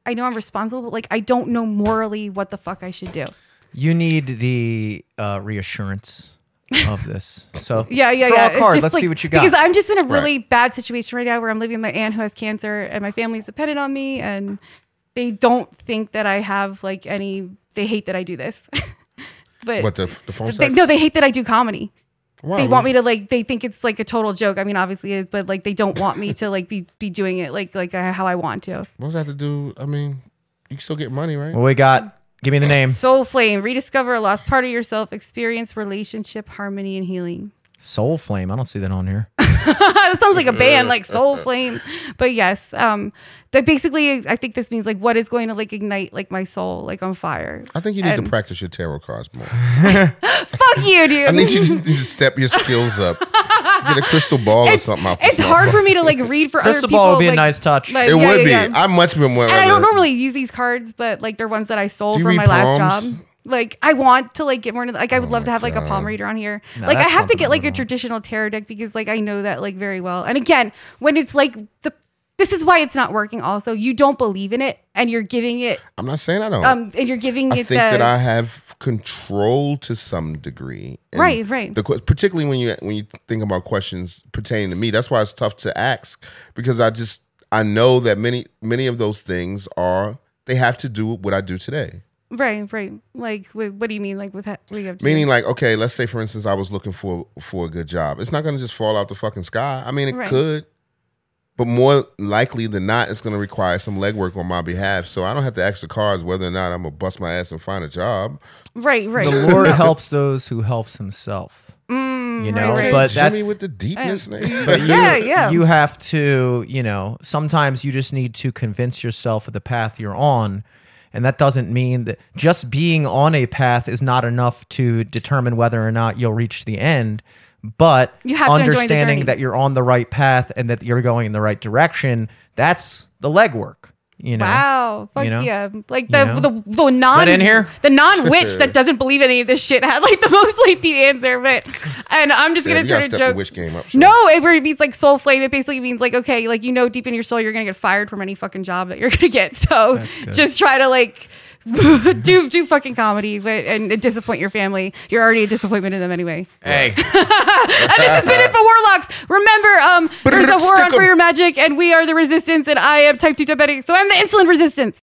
[SPEAKER 2] I know I'm responsible, but like I don't know morally what the fuck I should do.
[SPEAKER 3] You need the uh, reassurance of this. So
[SPEAKER 2] Yeah, yeah,
[SPEAKER 3] draw
[SPEAKER 2] yeah.
[SPEAKER 3] A
[SPEAKER 2] It's
[SPEAKER 3] card.
[SPEAKER 2] just,
[SPEAKER 3] Let's
[SPEAKER 2] like-
[SPEAKER 3] see what you got.
[SPEAKER 2] Because I'm just in a really bad situation right now where I'm living with my aunt who has cancer and my family's dependent on me and they don't think that I have like any they hate that I do this. but
[SPEAKER 4] What the the phone
[SPEAKER 2] they,
[SPEAKER 4] sex?
[SPEAKER 2] no, they hate that I do comedy.
[SPEAKER 4] Wow,
[SPEAKER 2] They want me to like they think it's like a total joke. I mean obviously it is, but like they don't want me to like be be doing it like like uh, how I want to.
[SPEAKER 4] What does that have to do? I mean, you still get money, right?
[SPEAKER 3] well, we got. Give me the name.
[SPEAKER 2] Soul flame, rediscover a lost part of yourself, experience relationship harmony and healing.
[SPEAKER 3] Soul Flame. I don't see that on here.
[SPEAKER 2] it sounds like a band like soul flame but yes um that basically i think this means like what is going to like ignite like my soul like on fire
[SPEAKER 4] I think you need
[SPEAKER 2] And-
[SPEAKER 4] to practice your tarot cards more.
[SPEAKER 2] fuck you dude
[SPEAKER 4] I need you to, to step your skills up Get a crystal ball or
[SPEAKER 2] It's,
[SPEAKER 4] something. I'll
[SPEAKER 2] it's
[SPEAKER 4] piss
[SPEAKER 2] hard
[SPEAKER 4] off.
[SPEAKER 2] for me to like read for
[SPEAKER 3] Crystal
[SPEAKER 2] other people.
[SPEAKER 3] ball would be a
[SPEAKER 2] like-
[SPEAKER 3] nice touch.
[SPEAKER 2] like-
[SPEAKER 4] It
[SPEAKER 2] Yeah,
[SPEAKER 4] would
[SPEAKER 2] yeah,
[SPEAKER 4] be.
[SPEAKER 2] yeah.
[SPEAKER 4] I much been more.
[SPEAKER 2] And I don't normally use these cards, but like they're ones that I
[SPEAKER 4] Do
[SPEAKER 2] sold
[SPEAKER 4] you
[SPEAKER 2] from my
[SPEAKER 4] read Oh
[SPEAKER 2] last
[SPEAKER 4] palms?
[SPEAKER 2] job. Like I want to like get more into like I would love to have like a palm reader on here. like I have
[SPEAKER 3] that's
[SPEAKER 2] to
[SPEAKER 3] something
[SPEAKER 2] get
[SPEAKER 3] I
[SPEAKER 2] like a
[SPEAKER 3] would
[SPEAKER 2] traditional tarot deck because like I know that like very well. And again, when it's like the this is why it's not working also. You don't believe in it and you're giving it
[SPEAKER 4] I'm not saying I don't.
[SPEAKER 2] um and you're giving
[SPEAKER 4] Oh, I
[SPEAKER 2] it
[SPEAKER 4] think
[SPEAKER 2] the
[SPEAKER 4] that I have control to some degree. And
[SPEAKER 2] Right, right.
[SPEAKER 4] The, que- particularly when you when you think about questions pertaining to me, that's why it's tough to ask because I just I know that many many of those things are they have to do with what I do today.
[SPEAKER 2] right, right. Like wh- what do you mean like with ha- what do you have to do?
[SPEAKER 4] Meaning, like, okay, let's say for instance, I was looking for for a good job. It's not going to just fall out the fucking sky. I mean, it
[SPEAKER 2] Right.
[SPEAKER 4] could, but more likely than not, it's going to require some legwork on my behalf. So I don't have to ask the cards whether or not I'm gonna bust my ass and find a job.
[SPEAKER 2] Right, right.
[SPEAKER 3] the Lord helps those who helps himself. you know,
[SPEAKER 2] Mm, right, right.
[SPEAKER 3] but
[SPEAKER 4] Show
[SPEAKER 3] that
[SPEAKER 4] me with the deepness, nigga.
[SPEAKER 2] yeah, yeah.
[SPEAKER 3] you have to, you know, sometimes you just need to convince yourself of the path you're on. And that doesn't mean that just being on a path is not enough to determine whether or not you'll reach the end. But
[SPEAKER 2] You have to enjoy the
[SPEAKER 3] understanding
[SPEAKER 2] journey.
[SPEAKER 3] that you're on the right path and that you're going in the right direction, that's the legwork. You know,
[SPEAKER 2] Wow, fuck
[SPEAKER 3] You know?
[SPEAKER 2] yeah! Like the
[SPEAKER 3] know?
[SPEAKER 2] the, the non
[SPEAKER 3] in here?
[SPEAKER 2] the non witch that doesn't believe any of this shit had like the most like the answer, but and I'm just
[SPEAKER 4] Sam,
[SPEAKER 2] gonna
[SPEAKER 4] you gotta
[SPEAKER 2] try to
[SPEAKER 4] step the
[SPEAKER 2] joke.
[SPEAKER 4] witch game up. Sean.
[SPEAKER 2] No, it really means like soul flame. It basically means like okay, like you know deep in your soul you're gonna get fired from any fucking job that you're gonna get. So just try to like do do fucking comedy, but and disappoint your family. You're already a disappointment to them anyway.
[SPEAKER 3] Hey,
[SPEAKER 2] And this has been it for Warlocks. Remember, um, there's a war on
[SPEAKER 4] Stick 'em.
[SPEAKER 2] for your magic, and we are the resistance, and I am type two diabetic, so I'm the insulin resistance.